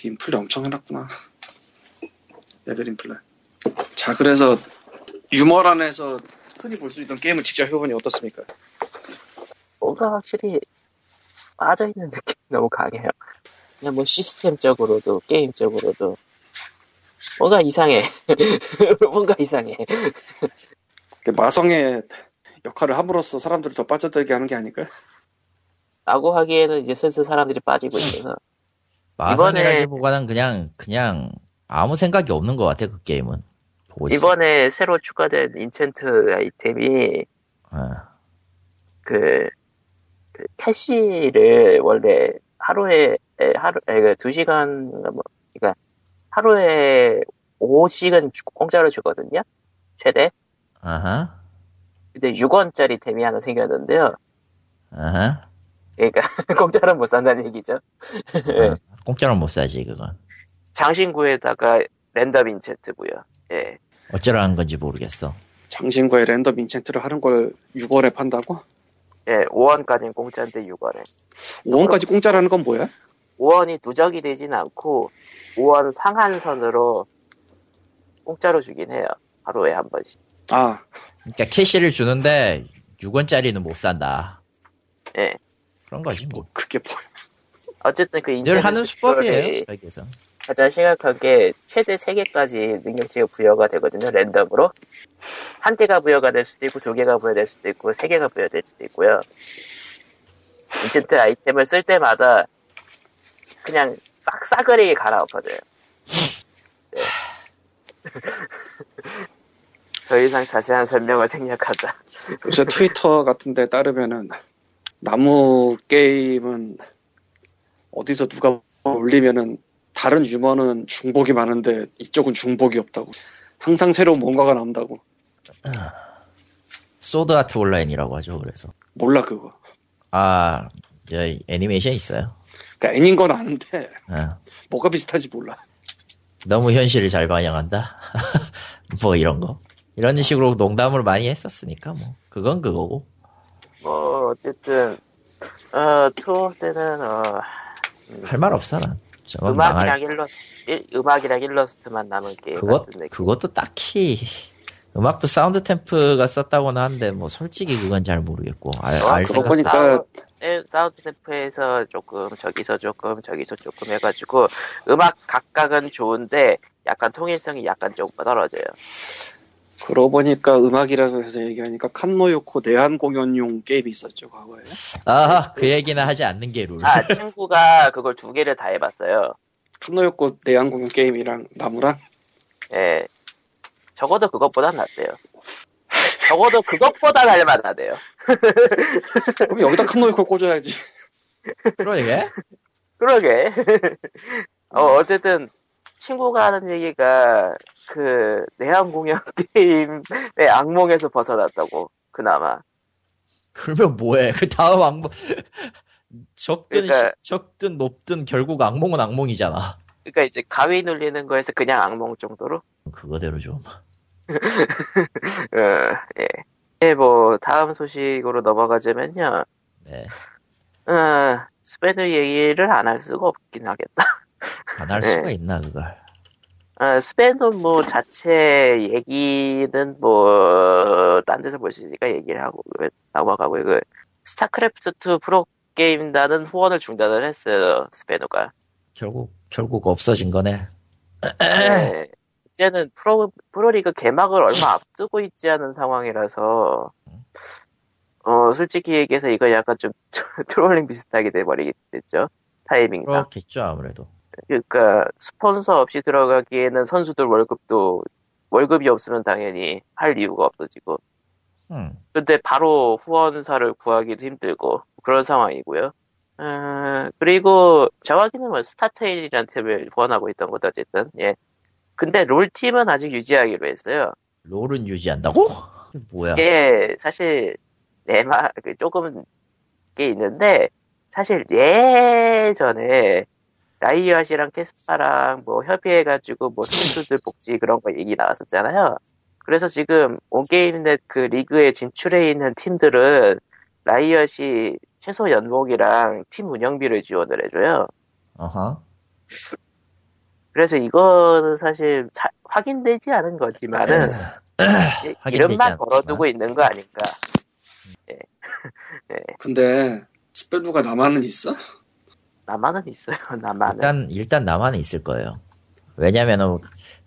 인플레 엄청 해놨구나 레벨 인플레 자 그래서 유머 안에서 흔히 볼 수 있던 게임을 직접 해보니 어떻습니까?
뭔가 확실히 빠져있는 느낌이 너무 강해요. 그냥 뭐 시스템적으로도, 게임적으로도. 뭔가 이상해. 뭔가 이상해.
그 마성의 역할을 함으로써 사람들을 더 빠져들게 하는 게 아닐까?
라고 하기에는 이제 슬슬 사람들이 빠지고
아,
있어서.
마성이라기보다는 그냥 그냥 아무 생각이 없는 것 같아 그 게임은 보고 있어
이번에 새로 추가된 인챈트 아이템이
아,
그, 그 캐시를 원래 하루에 에, 하루 에, 그 2시간 뭐 그러니까 하루에 5씩은 공짜로 주거든요. 최대.
아하
근데 6원짜리 템이 하나 생겼는데요.
아하
그러니까 공짜로 못 산다는 얘기죠.
아, 공짜로 못 사지 그건
장신구에다가 랜덤 인챈트고요. 예.
어쩌라는 건지 모르겠어
장신구의 랜덤 인챈트를 하는 걸 6월에 판다고?
예, 5원까지는 공짜인데 6원에.
5원까지 공짜라는 건 뭐야?
5원이 누적이 되진 않고 5원 상한선으로 공짜로 주긴 해요. 하루에 한 번씩.
아,
그러니까 캐시를 주는데 6원짜리는 못 산다
예.
그런 거지
뭐 그게 뭐야?
어쨌든 그 인터넷
뭐늘 하는
수출이
수법이에요 저기서
가장 심각한 게 최대 3개까지 능력치가 부여가 되거든요. 랜덤으로. 한 개가 부여가 될 수도 있고 두 개가 부여될 수도 있고 세 개가 부여될 수도 있고요. 인챈트 아이템을 쓸 때마다 그냥 싹 싸그리 갈아엎어져요. 네. 더 이상 자세한 설명을 생략하다.
요새 트위터 같은 데 따르면은 나무 게임은 어디서 누가 올리면은 다른 유머는 중복이 많은데 이쪽은 중복이 없다고. 항상 새로운 뭔가가 나온다고.
소드아트 온라인이라고 하죠 그래서
몰라 그거.
아 여기 애니메이션 있어요
그러니까 애닌 건 아는데
아,
뭐가 비슷하지 몰라.
너무 현실을 잘 반영한다. 뭐 이런 거. 이런 식으로 농담을 많이 했었으니까 뭐 그건 그거고.
뭐 어쨌든 어 투어스는 어,
할 말 없어 난. 저건
음악이랑
망할.
일러스트 일- 음악이랑 일러스트만 남은 게임
그것
같은 느낌.
그것도 딱히 음악도 사운드 템프가 썼다고는 하는데 뭐 솔직히 그건 잘 모르겠고 알,
아,
알
그거
생각.
보니까
사운드- 예, 사운드 템프에서 조금 저기서 조금 저기서 조금 해가지고 음악 각각은 좋은데 약간 통일성이 약간 조금 떨어져요.
그러고 보니까 음악이라서 해서 얘기하니까 칸노요코 내한 공연용 게임이 있었죠 과거에.
아하 그 얘기는 하지 않는 게 룰.
아 친구가 그걸 두 개를 다 해봤어요.
칸노요코 내한 공연 게임이랑 나무랑
예, 적어도 그것보단 낫대요. 적어도 그것보단 할만하대요.
그럼 여기다 칸노요코 꽂아야지.
그러게.
그러게. 어, 어쨌든, 친구가 하는 얘기가, 그, 내한 공연 게임의 악몽에서 벗어났다고, 그나마.
그러면 뭐해? 그 다음 악몽. 적든
그러니까-
시- 적든 높든 결국 악몽은 악몽이잖아.
그니까 러 이제 가위 눌리는 거에서 그냥 악몽 정도로?
그거대로 좀.
어, 예. 네, 뭐 다음 소식으로 넘어가자면요.
네.
아, 스페드 얘기를 안 할 수가 없긴 하겠다.
안 할
네.
수가 있나 그걸.
아, 스페드 뭐 자체 얘기는 뭐 딴 데서 볼 수 있으니까 얘기를 하고 왜 넘어가고 이거 스타크래프트 2 프로 게임단은 후원을 중단을 했어요. 스페노가.
결국 결국 없어진 거네.
네. 이제는 프로, 프로리그 개막을 얼마 앞두고 있지 않은 상황이라서, 어, 솔직히 얘기해서 이거 약간 좀 트롤링 비슷하게 돼버리게 됐죠. 타이밍상.
그렇겠죠 아무래도.
그러니까 스폰서 없이 들어가기에는 선수들 월급도, 월급이 없으면 당연히 할 이유가 없어지고.
음.
근데 바로 후원사를 구하기도 힘들고, 그런 상황이고요. 어, 그리고 정확히는 뭐 스타테일이라는 팀을 후원하고 있던 것도 어쨌든, 예. 근데 롤팀은 아직 유지하기로 했어요.
롤은 유지한다고? 이게 뭐야?
이게 사실 내마 그 조금 게 있는데 사실 예전에 라이엇이랑 캐스파랑 뭐 협의해가지고 뭐 선수들 복지 그런 거 얘기 나왔었잖아요. 그래서 지금 온게임넷 그 리그에 진출해 있는 팀들은 라이엇이 최소 연봉이랑 팀 운영비를 지원을 해줘요.
어허.
그래서 이거는 사실 자- 확인되지 않은 거지만은 이-
확인되지
이름만
않지만.
걸어두고 있는 거 아닌가.
근데 스페누가 남아는 있어?
나만은 있어요. 나만은.
일단 일단 나만 있을 거예요. 왜냐면은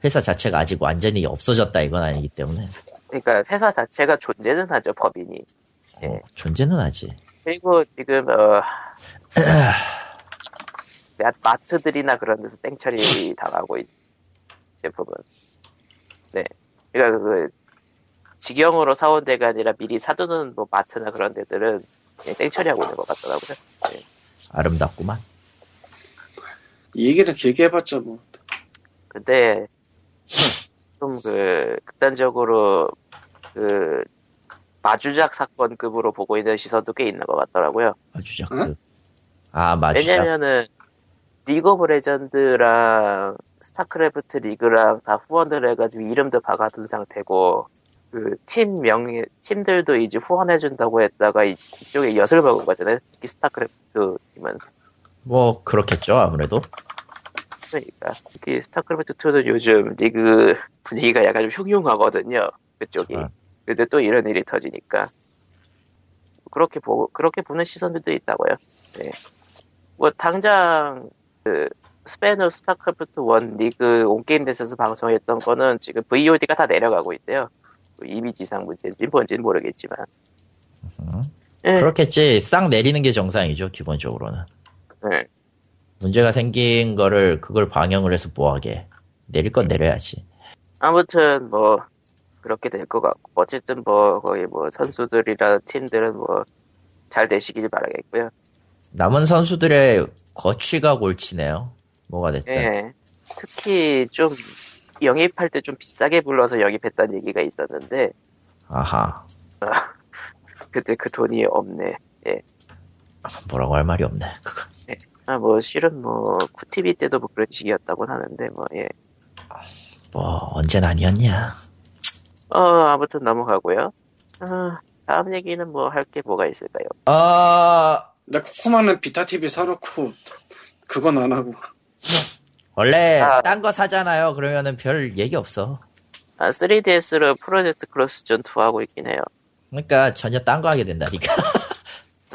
회사 자체가 아직 완전히 없어졌다 이건 아니기 때문에
그러니까 회사 자체가 존재는 하죠 법인이. 예.
어, 존재는 하지.
그리고 지금 어, 마- 마트들이나 그런 데서 땡처리 당하고 있 제품은. 네. 그러니까 그 직영으로 사온 데가 아니라 미리 사두는 뭐 마트나 그런 데들은 그냥 땡처리하고 있는 것 같더라고요.
아름답구만.
이 얘기를 길게 해봤자 뭐
근데 좀 그 극단적으로 그 마주작 사건급으로 보고 있는 시선도 꽤 있는 것 같더라고요.
마주작.
응?
아 마주작.
왜냐면은 리그 오브 레전드랑 스타크래프트 리그랑 다 후원을 해가지고 이름도 박아둔 상태고 그 팀명 팀들도 이제 후원해준다고 했다가 이- 이쪽에 엿을 먹은 거잖아요. 특히 스타크래프트 팀은
뭐 그렇겠죠 아무래도.
그러니까 특히 스타크래프트 2도 요즘 리그 분위기가 약간 좀 흉흉하거든요. 그쪽이
아.
근데 또 이런 일이 터지니까 그렇게 보고 그렇게 보는 시선들도 있다고요. 네. 뭐 당장 그 스페너 스타크래프트 1 리그 온게임에서 방송했던 거는 지금 VOD가 다 내려가고 있대요. 뭐 이미지상 문제인지 뭔지는 모르겠지만.
음.
예,
그렇겠지. 싹 내리는 게 정상이죠 기본적으로는.
예.
문제가 생긴 거를 그걸 방영을 해서 뭐하게 내릴 건 내려야지.
아무튼 뭐 그렇게 될 것 같고 어쨌든 뭐 거의 뭐 선수들이나 팀들은 뭐 잘 되시길 바라겠고요.
남은 선수들의 거취가 골치네요. 뭐가 됐든.
예. 특히 좀 영입할 때 좀 비싸게 불러서 영입했다는 얘기가 있었는데
아하.
그때 그 돈이 없네.
뭐라고 할 말이 없네. 그거.
아, 뭐, 실은 뭐, 쿠티비 때도 뭐 그런 식이었다고 하는데, 뭐, 예.
뭐 언젠 아니었냐.
어, 아무튼 넘어가고요. 아, 다음 얘기는 뭐, 할 게 뭐가 있을까요?
아
나 코코마는 비타 TV 사놓고 그건 안 하고
원래
아.
딴 거 사잖아요. 그러면은 별 얘기 없어.
아, 3DS로 프로젝트 크로스전 2 하고 있긴 해요.
그러니까 전혀 딴 거 하게 된다니까.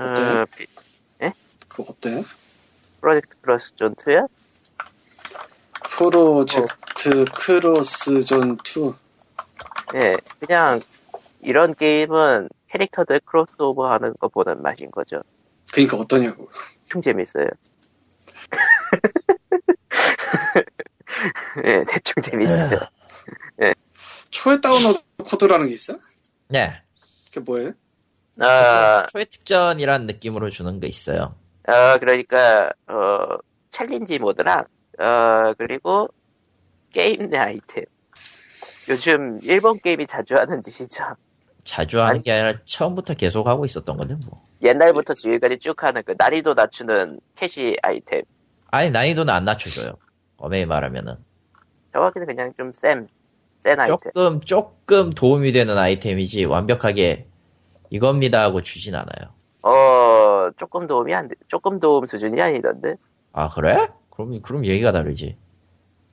어,
어때요?
피-
그거 어때?
프로젝트 크로스전 2요?
프로젝트 크로스 전2
예. 그냥, 이런 게임은 캐릭터들 크로스오버 하는 거 보는 맛인 거죠.
그니까 어떠냐고
엄청 재밌어요. 예, 대충 재밌어요.
초에 다운로드 코드라는 게 있어?
네.
그게 뭐예요?
아,
초의 특전이란 느낌으로 주는 게 있어요.
어, 그러니까, 어, 챌린지 모드랑, 어, 그리고 게임 내 아이템. 요즘 일본 게임이 자주 하는 짓이죠.
자주 하는
아니.
게 아니라 처음부터 계속 하고 있었던 건데 뭐.
옛날부터 지금까지 쭉 하는 그 난이도 낮추는 캐시 아이템.
아니 난이도는 안 낮춰줘요. 엄밀히 말하면은
정확히는 그냥 좀 쌤, 센 아이템.
조금 조금 도움이 되는 아이템이지 완벽하게 이겁니다 하고 주진 않아요.
어, 조금 도움이 안 돼. 조금 도움 수준이 아니던데.
아 그래? 그럼 그럼 얘기가 다르지.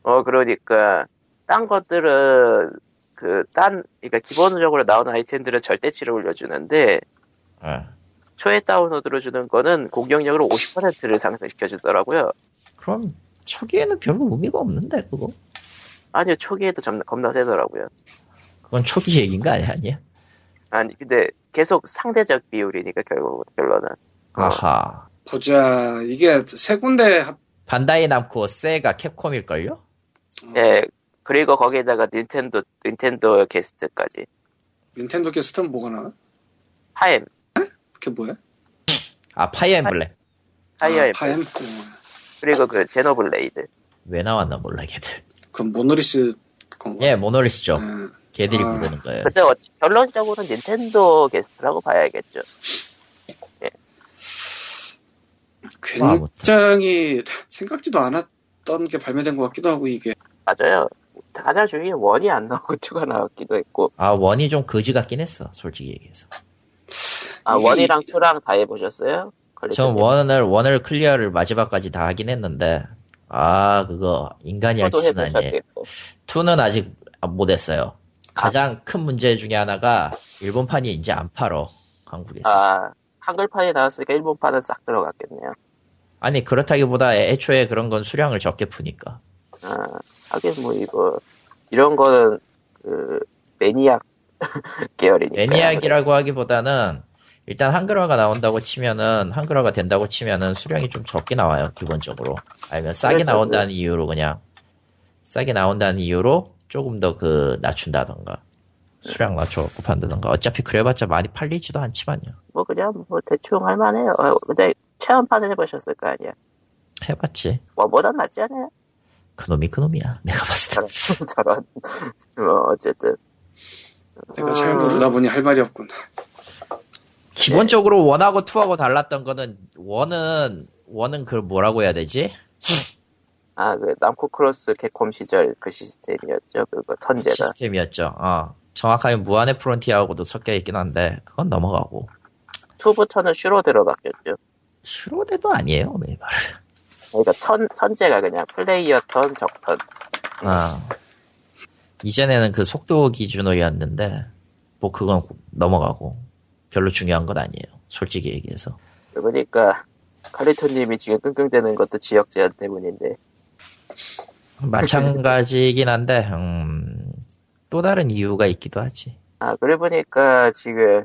어, 그러니까 딴 것들은 그 딴 그러니까 기본적으로 나온 아이템들은 절대치를 올려주는데
예.
초에 다운로드로 주는 거는 공격력으로 50%를 상승시켜 주더라고요.
그럼 초기에는 별로 의미가 없는데 그거.
아니요, 초기에도 점- 겁나 세더라고요.
그건 초기 얘기인가 아니 아니야?
아니, 근데 계속 상대적 비율이니까 결국 결론은.
아하.
보자. 이게 세 군데 합-
반다이 남코 세가 캡콤일 걸요?
예. 그리고 거기에다가 닌텐도 닌텐도 게스트까지
닌텐도 게스트는 뭐가 나와?
파엠
그게 뭐야?
아 파이어 엠블랙
파이어 엠
파엠. 어,
그리고 그 제노블레이드
왜 나왔나 몰라 걔들.
그건 모노리스 건가?
예 모노리스죠.
음,
걔들이
아.
부르는 거예요.
근데 어찌- 결론적으로는 닌텐도 게스트라고 봐야겠죠.
굉장히 생각지도 않았던 게 발매된 것 같기도 하고 이게
맞아요. 가장 중요한 게 원이 안 나오고 투가 나왔기도 했고
아 원이 좀 거지 같긴 했어 솔직히 얘기해서.
아
이게-
원이랑 투랑 다 해보셨어요?
전 원을 원을 클리어를 마지막까지 다 하긴 했는데 아 그거 인간이 할
투도
짓은 아니에요.
해보셨겠고
투는 아직 안- 못했어요. 가장 큰 문제 중에 하나가 일본판이 이제 안 팔어 한국에서.
아 한글판이 나왔으니까 일본판은 싹 들어갔겠네요.
아니 그렇다기보다 애- 애초에 그런 건 수량을 적게 푸니까
아 하긴 뭐 이거 이런 거는 그 매니악 계열이니까
뭐 애니악이라고 하기보다는 일단 한글화가 나온다고 치면은 한글화가 된다고 치면은 수량이 좀 적게 나와요 기본적으로 아니면 싸게
그래서
나온다는 이유로 그냥 싸게 나온다는 이유로 조금 더 그 낮춘다던가 수량 낮춰갖고 판다던가 어차피 그래봤자 많이 팔리지도 않지만요
뭐 그냥 뭐 대충 할만해요. 어, 근데 체험판을 해보셨을 거 아니야.
해봤지
뭐보단 낫지 않아요?
그놈이 그놈이야 내가 봤을 때
저런 저런 뭐 어쨌든 아. 음,
내가 잘 모르다 보니 할 말이 없군.
기본적으로 원하고 투하고 달랐던 거는 원은 원은 그 뭐라고 해야 되지
아그 남코 크로스 개콤 시절 그 시스템이었죠. 그거
아,
턴제가
시스템이었죠. 어. 정확하게 무한의 프론티아하고도 섞여 있긴 한데 그건 넘어가고
투부터는 슈로드로 바뀌었죠.
슈로데도 아니에요 메이발.
그러니까 턴 턴제가 그냥 플레이어 턴 적턴
아 이전에는 그 속도 기준으로였는데 뭐 그건 넘어가고 별로 중요한 건 아니에요. 솔직히 얘기해서
그러니까 카리토님이 지금 끙끙대는 것도 지역 제한 때문인데
마찬가지긴 한데 음, 또 다른 이유가 있기도 하지.
아 그래 보니까 지금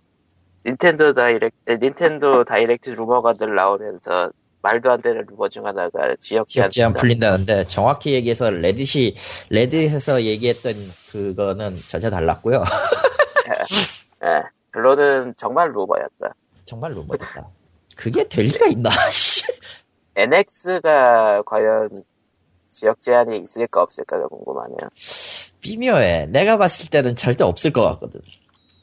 닌텐도 다이렉트 닌텐도 다이렉트 루머가들 나오면서 말도 안 되는 루머 중 하나가 지역 제한
지역 제한
풀린
풀린다는데 정확히 얘기해서 레딧이 레딧에서 얘기했던 그거는 전혀 달랐고요.
예, 결론은 정말 루머였다.
정말 로봇이다. 그게 될 리가 있나? 씨.
NX가 과연 지역 제한이 있을까 없을까가 궁금하네요.
미묘해. 내가 봤을 때는 절대 없을 것 같거든.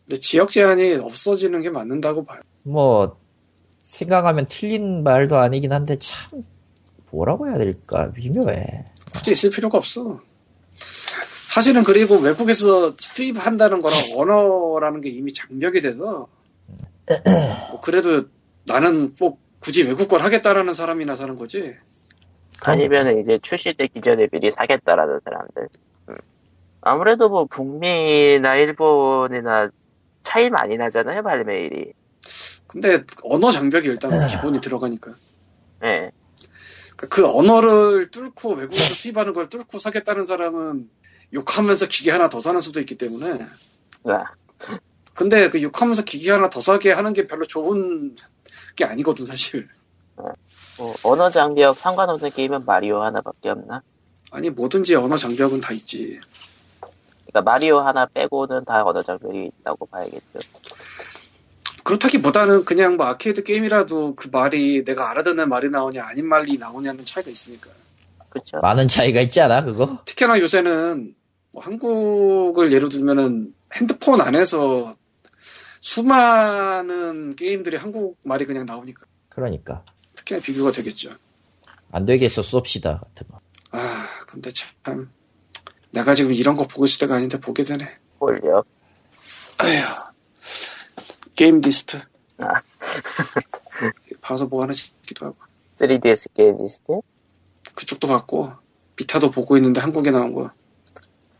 근데 지역 제한이 없어지는 게 맞는다고 봐요.
뭐 생각하면 틀린 말도 아니긴 한데 참 뭐라고 해야 될까 미묘해.
굳이 있을 필요가 없어. 사실은 그리고 외국에서 수입한다는 거랑 언어라는 게 이미 장벽이 돼서 뭐 그래도 나는 꼭 굳이 외국 걸 하겠다라는 사람이나 사는 거지.
아니면 이제 출시때 기존에 미리 사겠다라는 사람들. 음. 아무래도 뭐 북미나 일본이나 차이 많이 나잖아요 발매일이.
근데 언어 장벽이 일단 기본이 들어가니까.
예.
그러니까 그 언어를 뚫고 외국에서 수입하는 걸 뚫고 사겠다는 사람은 욕하면서 기계 하나 더 사는 수도 있기 때문에.
아,
근데 그 욕하면서 기계 하나 더 사게 하는 게 별로 좋은 게 아니거든 사실.
뭐 언어 장벽 상관없는 게임은 마리오 하나밖에 없나?
아니 뭐든지 언어 장벽은 다 있지.
그러니까 마리오 하나 빼고는 다 언어 장벽이 있다고 봐야겠죠.
그렇다기보다는 그냥 뭐 아케이드 게임이라도 그 말이 내가 알아듣는 말이 나오냐 아닌 말이 나오냐는 차이가 있으니까.
그쵸?
많은 차이가 있지 않아 그거?
특히나 요새는 뭐 한국을 예로 들면은 핸드폰 안에서 수많은 게임들이 한국 말이 그냥 나오니까
그러니까
특히나 비교가 되겠죠.
안 되겠어 수업시다 뭐. 같은 거.
아 근데 참 내가 지금 이런 거 보고 있을 때가 아닌데 보게 되네.
올려.
게임 리스트.
아.
봐서 뭐 하나 싶기도 하고.
3DS 게임 리스트?
그쪽도 봤고, 비타도 보고 있는데 한국에 나온 거.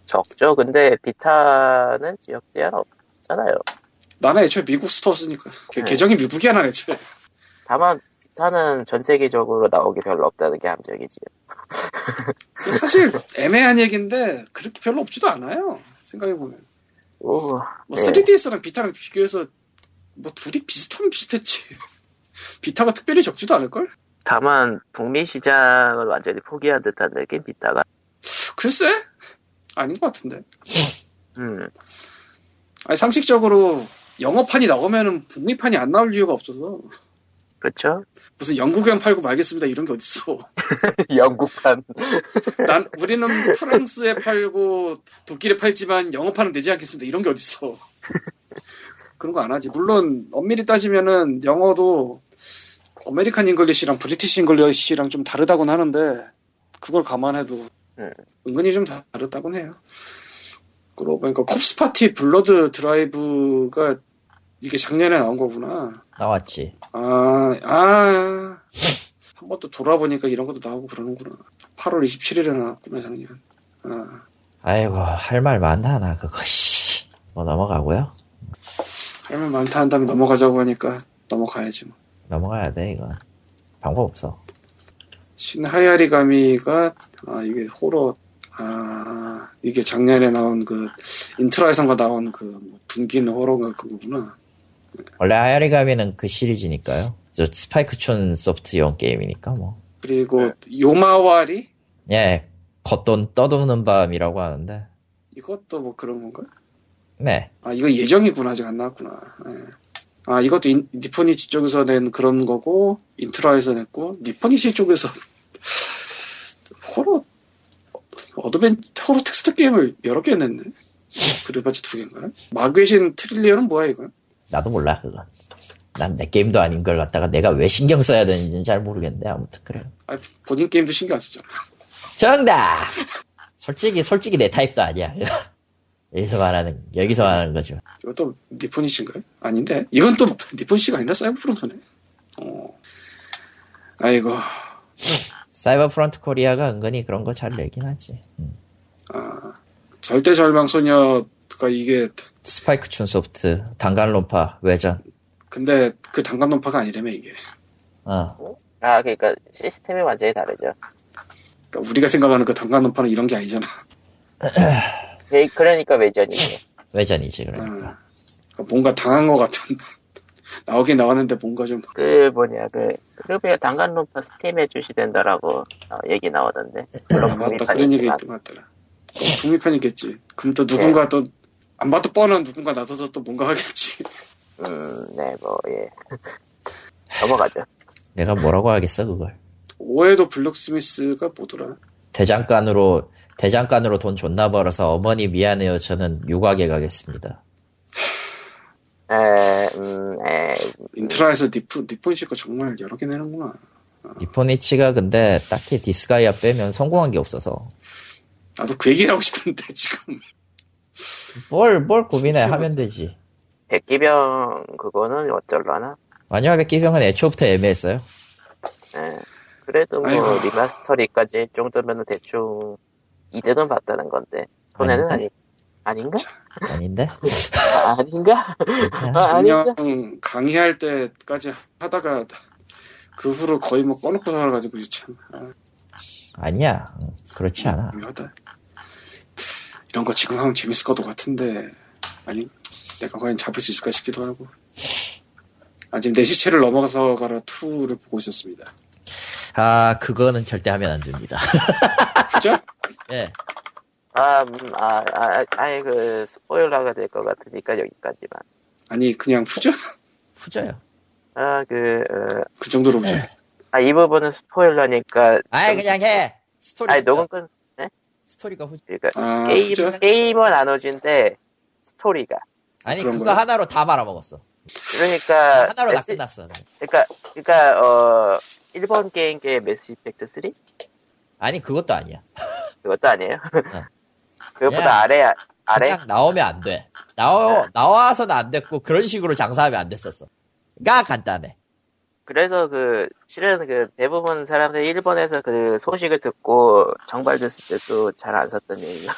적죠. 근데 비타는 지역 제한 없잖아요.
나는 애초에 미국 스토어 쓰니까. 개-
네.
계정이 미국이야, 난 애초에.
다만 비타는 전 세계적으로 나오기 별로 없다는 게 함정이지.
사실 애매한 얘기인데, 그렇게 별로 없지도 않아요. 생각해보면.
오,
뭐
네.
3DS랑 비타랑 비교해서 뭐 둘이 비슷하면 비슷했지. 비타가 특별히 적지도 않을걸?
다만 북미 시장을 완전히 포기한 듯한 느낌 비타가.
글쎄? 아닌 것 같은데.
음,
아니, 상식적으로 영어판이 나오면은 북미판이 안 나올 이유가 없어서
그렇죠.
무슨 영국에만 팔고 말겠습니다 이런 게 어딨어.
영국판.
난 우리는 프랑스에 팔고 독일에 팔지만 영어판은 내지 않겠습니다 이런 게 어딨어. 그런 거 안 하지. 물론 엄밀히 따지면은 영어도 아메리칸 잉글리시랑 브리티시 잉글리시랑 좀 다르다곤 하는데 그걸 감안해도
네.
은근히 좀 다- 다르다곤 해요. 그러고 보니까 컵스 파티 블러드 드라이브가 이게 작년에 나온 거구나.
나왔지.
아, 아. 한 번 또 돌아보니까 이런 것도 나오고 그러는구나. 8월 27일에 나왔구나, 작년. 아,
아이고, 할 말 많다, 나 그거, 씨. 뭐 넘어가고요.
할말 많다 한 다음에 넘어가자고 하니까 넘어가야지 뭐.
넘어가야 돼, 이거. 방법 없어.
신하야리가미가, 아, 이게 호러, 아, 이게 작년에 나온 그, 인트라에선가 나온 그, 뭐 분기는 호러가 그거구나.
원래 하야리가미는 그 시리즈니까요. 저 스파이크촌 소프트용 게임이니까, 뭐.
그리고 요마와리?
예, 겉돈 떠도는 밤이라고 하는데.
이것도 뭐 그런 건가?
네.
아, 이거 예정이구나. 아직 안 나왔구나. 예. 아, 이것도 인- 니포니치 쪽에서 낸 그런 거고, 인트라에서 냈고, 니포니치 쪽에서 호러, 어드벤, 호러 텍스트 게임을 여러 개 냈네. 그래봤자 두 개인가요? 마귀신 트릴리언은 뭐야, 이거?
나도 몰라, 그건. 난 내 게임도 아닌 걸 갖다가 내가 왜 신경 써야 되는지는 잘 모르겠는데, 아무튼 그래요.
아, 본인 게임도 신경 안 쓰잖아.
정답! 솔직히, 솔직히 내 타입도 아니야. 여기서 말하는, 여기서 말하는 거죠.
이것도 니포니치인가요? 아닌데. 이건 또 니포니치가 아니라 사이버프로그네. 어. 아이고.
사이버 프론트 코리아가 은근히 그런 거 잘 내긴 하지. 음.
아, 절대 절망 소녀가 이게
스파이크 춘 소프트, 단간론파, 외전.
근데 그 단간 논파가 아니라며 이게
어.
아, 그러니까 시스템이 완전히 다르죠.
그러니까 우리가 생각하는 그 단간 논파는 이런 게 아니잖아
네, 그러니까 외전이에요.
외전이지,
아,
그러니까.
그러니까 뭔가 당한 것 같은 나오긴 나왔는데 뭔가 좀
그 뭐냐 그 그룹의 단간론파 스팀에 출시된다라고 어, 얘기 나오던데. 물론
아, 맞다 그런 얘기
북미판이지만.
있던 것 같더라 북미판이겠지 그럼 또 누군가 또 안 봐도 뻔한 누군가 나서서 또 뭔가 하겠지
음, 네, 뭐 예. 넘어가죠.
내가 뭐라고 하겠어, 그걸.
오해도 블록스미스가 뭐더라
대장간으로, 대장간으로 돈 존나 벌어서 어머니 미안해요. 저는 육아에 가겠습니다.
에, 음, 에,
인트라에서 니폰 니폰시가 정말 여러 개 내는구나
니포니치가 근데 딱히 디스가이아 빼면 성공한 게 없어서.
나도 그 얘기를 하고 싶은데 지금
뭘, 뭘 고민해. 하면 되지.
백기병 그거는 어쩔라나.
마녀와 백기병은 애초부터 애매했어요.
예. 그래도 뭐
아이고.
리마스터리까지 할 정도면 대충 이득은 봤다는 건데 손해는 아니
아닌데?
아닌가?
아닌데?
아, 아닌가? 아, 아닌가?
작년 강의할 때까지 하다가 그 후로 거의 뭐 꺼놓고 살아가지고 참 아,
아니야. 응, 그렇지 않아.
미묘하다. 이런 거 지금 하면 재밌을 것도 같은데 아니 내가 과연 잡을 수 있을까 싶기도 하고 아 지금 내 시체를 넘어서 가라 2를 보고 있었습니다
아, 그거는 절대 하면 안 됩니다.
진짜?
예.
아, 음, 아, 아, 아예 그 스포일러가 될 것 같으니까 여기까지만.
아니 그냥 후죠?
후져요.
아, 그, 어,
그 정도로 후죠
아, 이 부분은 스포일러니까.
아이,
좀-
그냥 해! 스토리.
아니, 녹음 끊,
스토리가 후져.
그러니까
아
게임,
후죠?
게임은 안 오진데, 스토리가.
아니,
그런
그거
거야?
하나로 다 말아먹었어.
그러니까.
하나로 다
메시-
끝났어.
그러니까, 그러니까, 어, 일본 게임계의 메스 이펙트 3?
아니, 그것도 아니야.
그것도 아니에요. 그것보다
야.
아래, 아래?
그냥 나오면 안 돼. 나와, 나와서는 안 됐고, 그런 식으로 장사하면 안 됐었어. 가 간단해.
그래서 그 실은 그 대부분 사람들이 일본에서 그 소식을 듣고 정발됐을 때도 잘 안 샀던 얘기가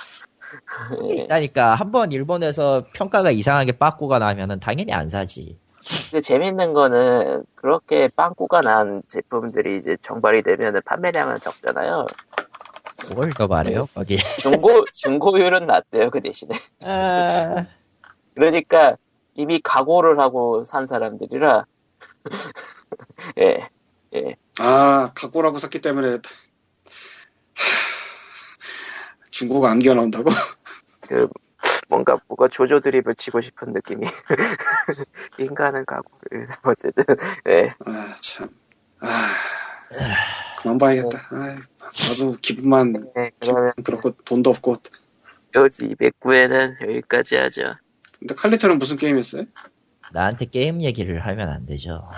예.
그러니까 한 번 일본에서 평가가 이상하게 빠꾸가 나면은 당연히 안 사지.
그 재밌는 거는 그렇게 빵꾸가 난 제품들이 이제 정발이 되면은 판매량은 적잖아요.
뭘 더 말해요? 거기.
중고 중고율은 낮대요 그 대신에.
아,
그러니까 이미 각오를 하고 산 사람들이라 예.
아, 각고라고 샀기 때문에 하, 중고가 안겨 나온다고?
그 뭔가 뭐가 조조 드립을 치고 싶은 느낌이 인간은 각오를 어쨌든 예.
아, 참. 아, 그만 봐야겠다. 아, 나도 기분만
네,
지금
그러면
그렇고 돈도 없고.
여지 209회는 여기까지 하죠.
근데 칼리터는 무슨 게임했어요?
나한테 게임 얘기를 하면 안 되죠.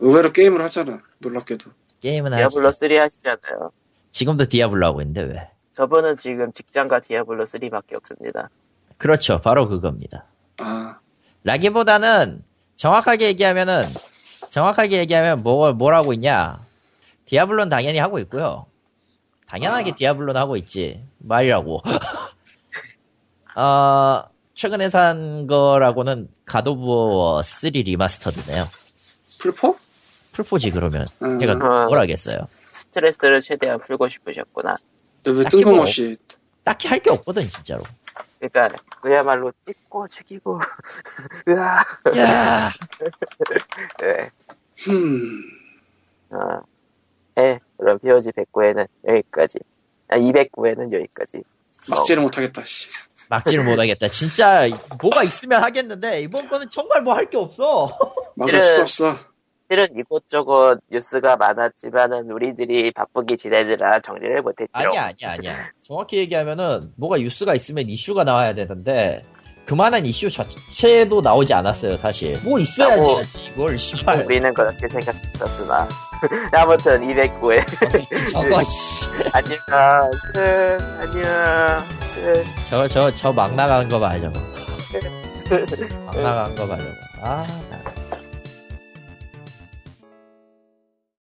의외로 게임을 하잖아. 놀랍게도.
게임은 하지.
디아블로 3 하시잖아요.
지금도 디아블로 하고 있는데 왜?
저분은 지금 직장과 디아블로 3밖에 없습니다.
그렇죠. 바로 그겁니다.
아,
라기보다는 정확하게 얘기하면은, 정확하게 얘기하면 뭐, 뭘 하고 있냐. 디아블로는 당연히 하고 있고요. 당연하게 디아블로는 하고 있지. 말이라고. 어, 최근에 산 거라고는 가도부어 3 리마스터드네요.
풀포?
풀포지 그러면.
음.
제가
아.
뭘 하겠어요.
스트레스를 최대한 풀고 싶으셨구나.
근데 왜
딱히
뜬금없이
딱히 할 게 없거든, 진짜로.
그러니까 그야말로 찍고 죽이고 으아
야
네.
흠,
어. 네. 그럼 POG 109회는 여기까지 아 209회는 여기까지
막지를 못하겠다. 씨.
막지를 못하겠다. 진짜 뭐가 있으면 하겠는데 이번 거는 정말 뭐 할 게 없어.
막을
그래.
수가 없어.
실은 이곳저곳 뉴스가 많았지만은 우리들이 바쁘게 지내느라 정리를 못했죠
아니야, 아니야, 아니야. 정확히 얘기하면은 뭐가 뉴스가 있으면 이슈가 나와야 되는데 그만한 이슈 자체도 나오지 않았어요, 사실. 뭐 있어야지
나고. 뭐
하지, 이걸 씨발.
우리는 그렇게 생각했었으나 아무튼 209회
저거 씨.
안녕 끝 안녕 끝
저저 저 막 나간 거 봐, 저거. 막 나간 거 봐, 저거. 아, 나.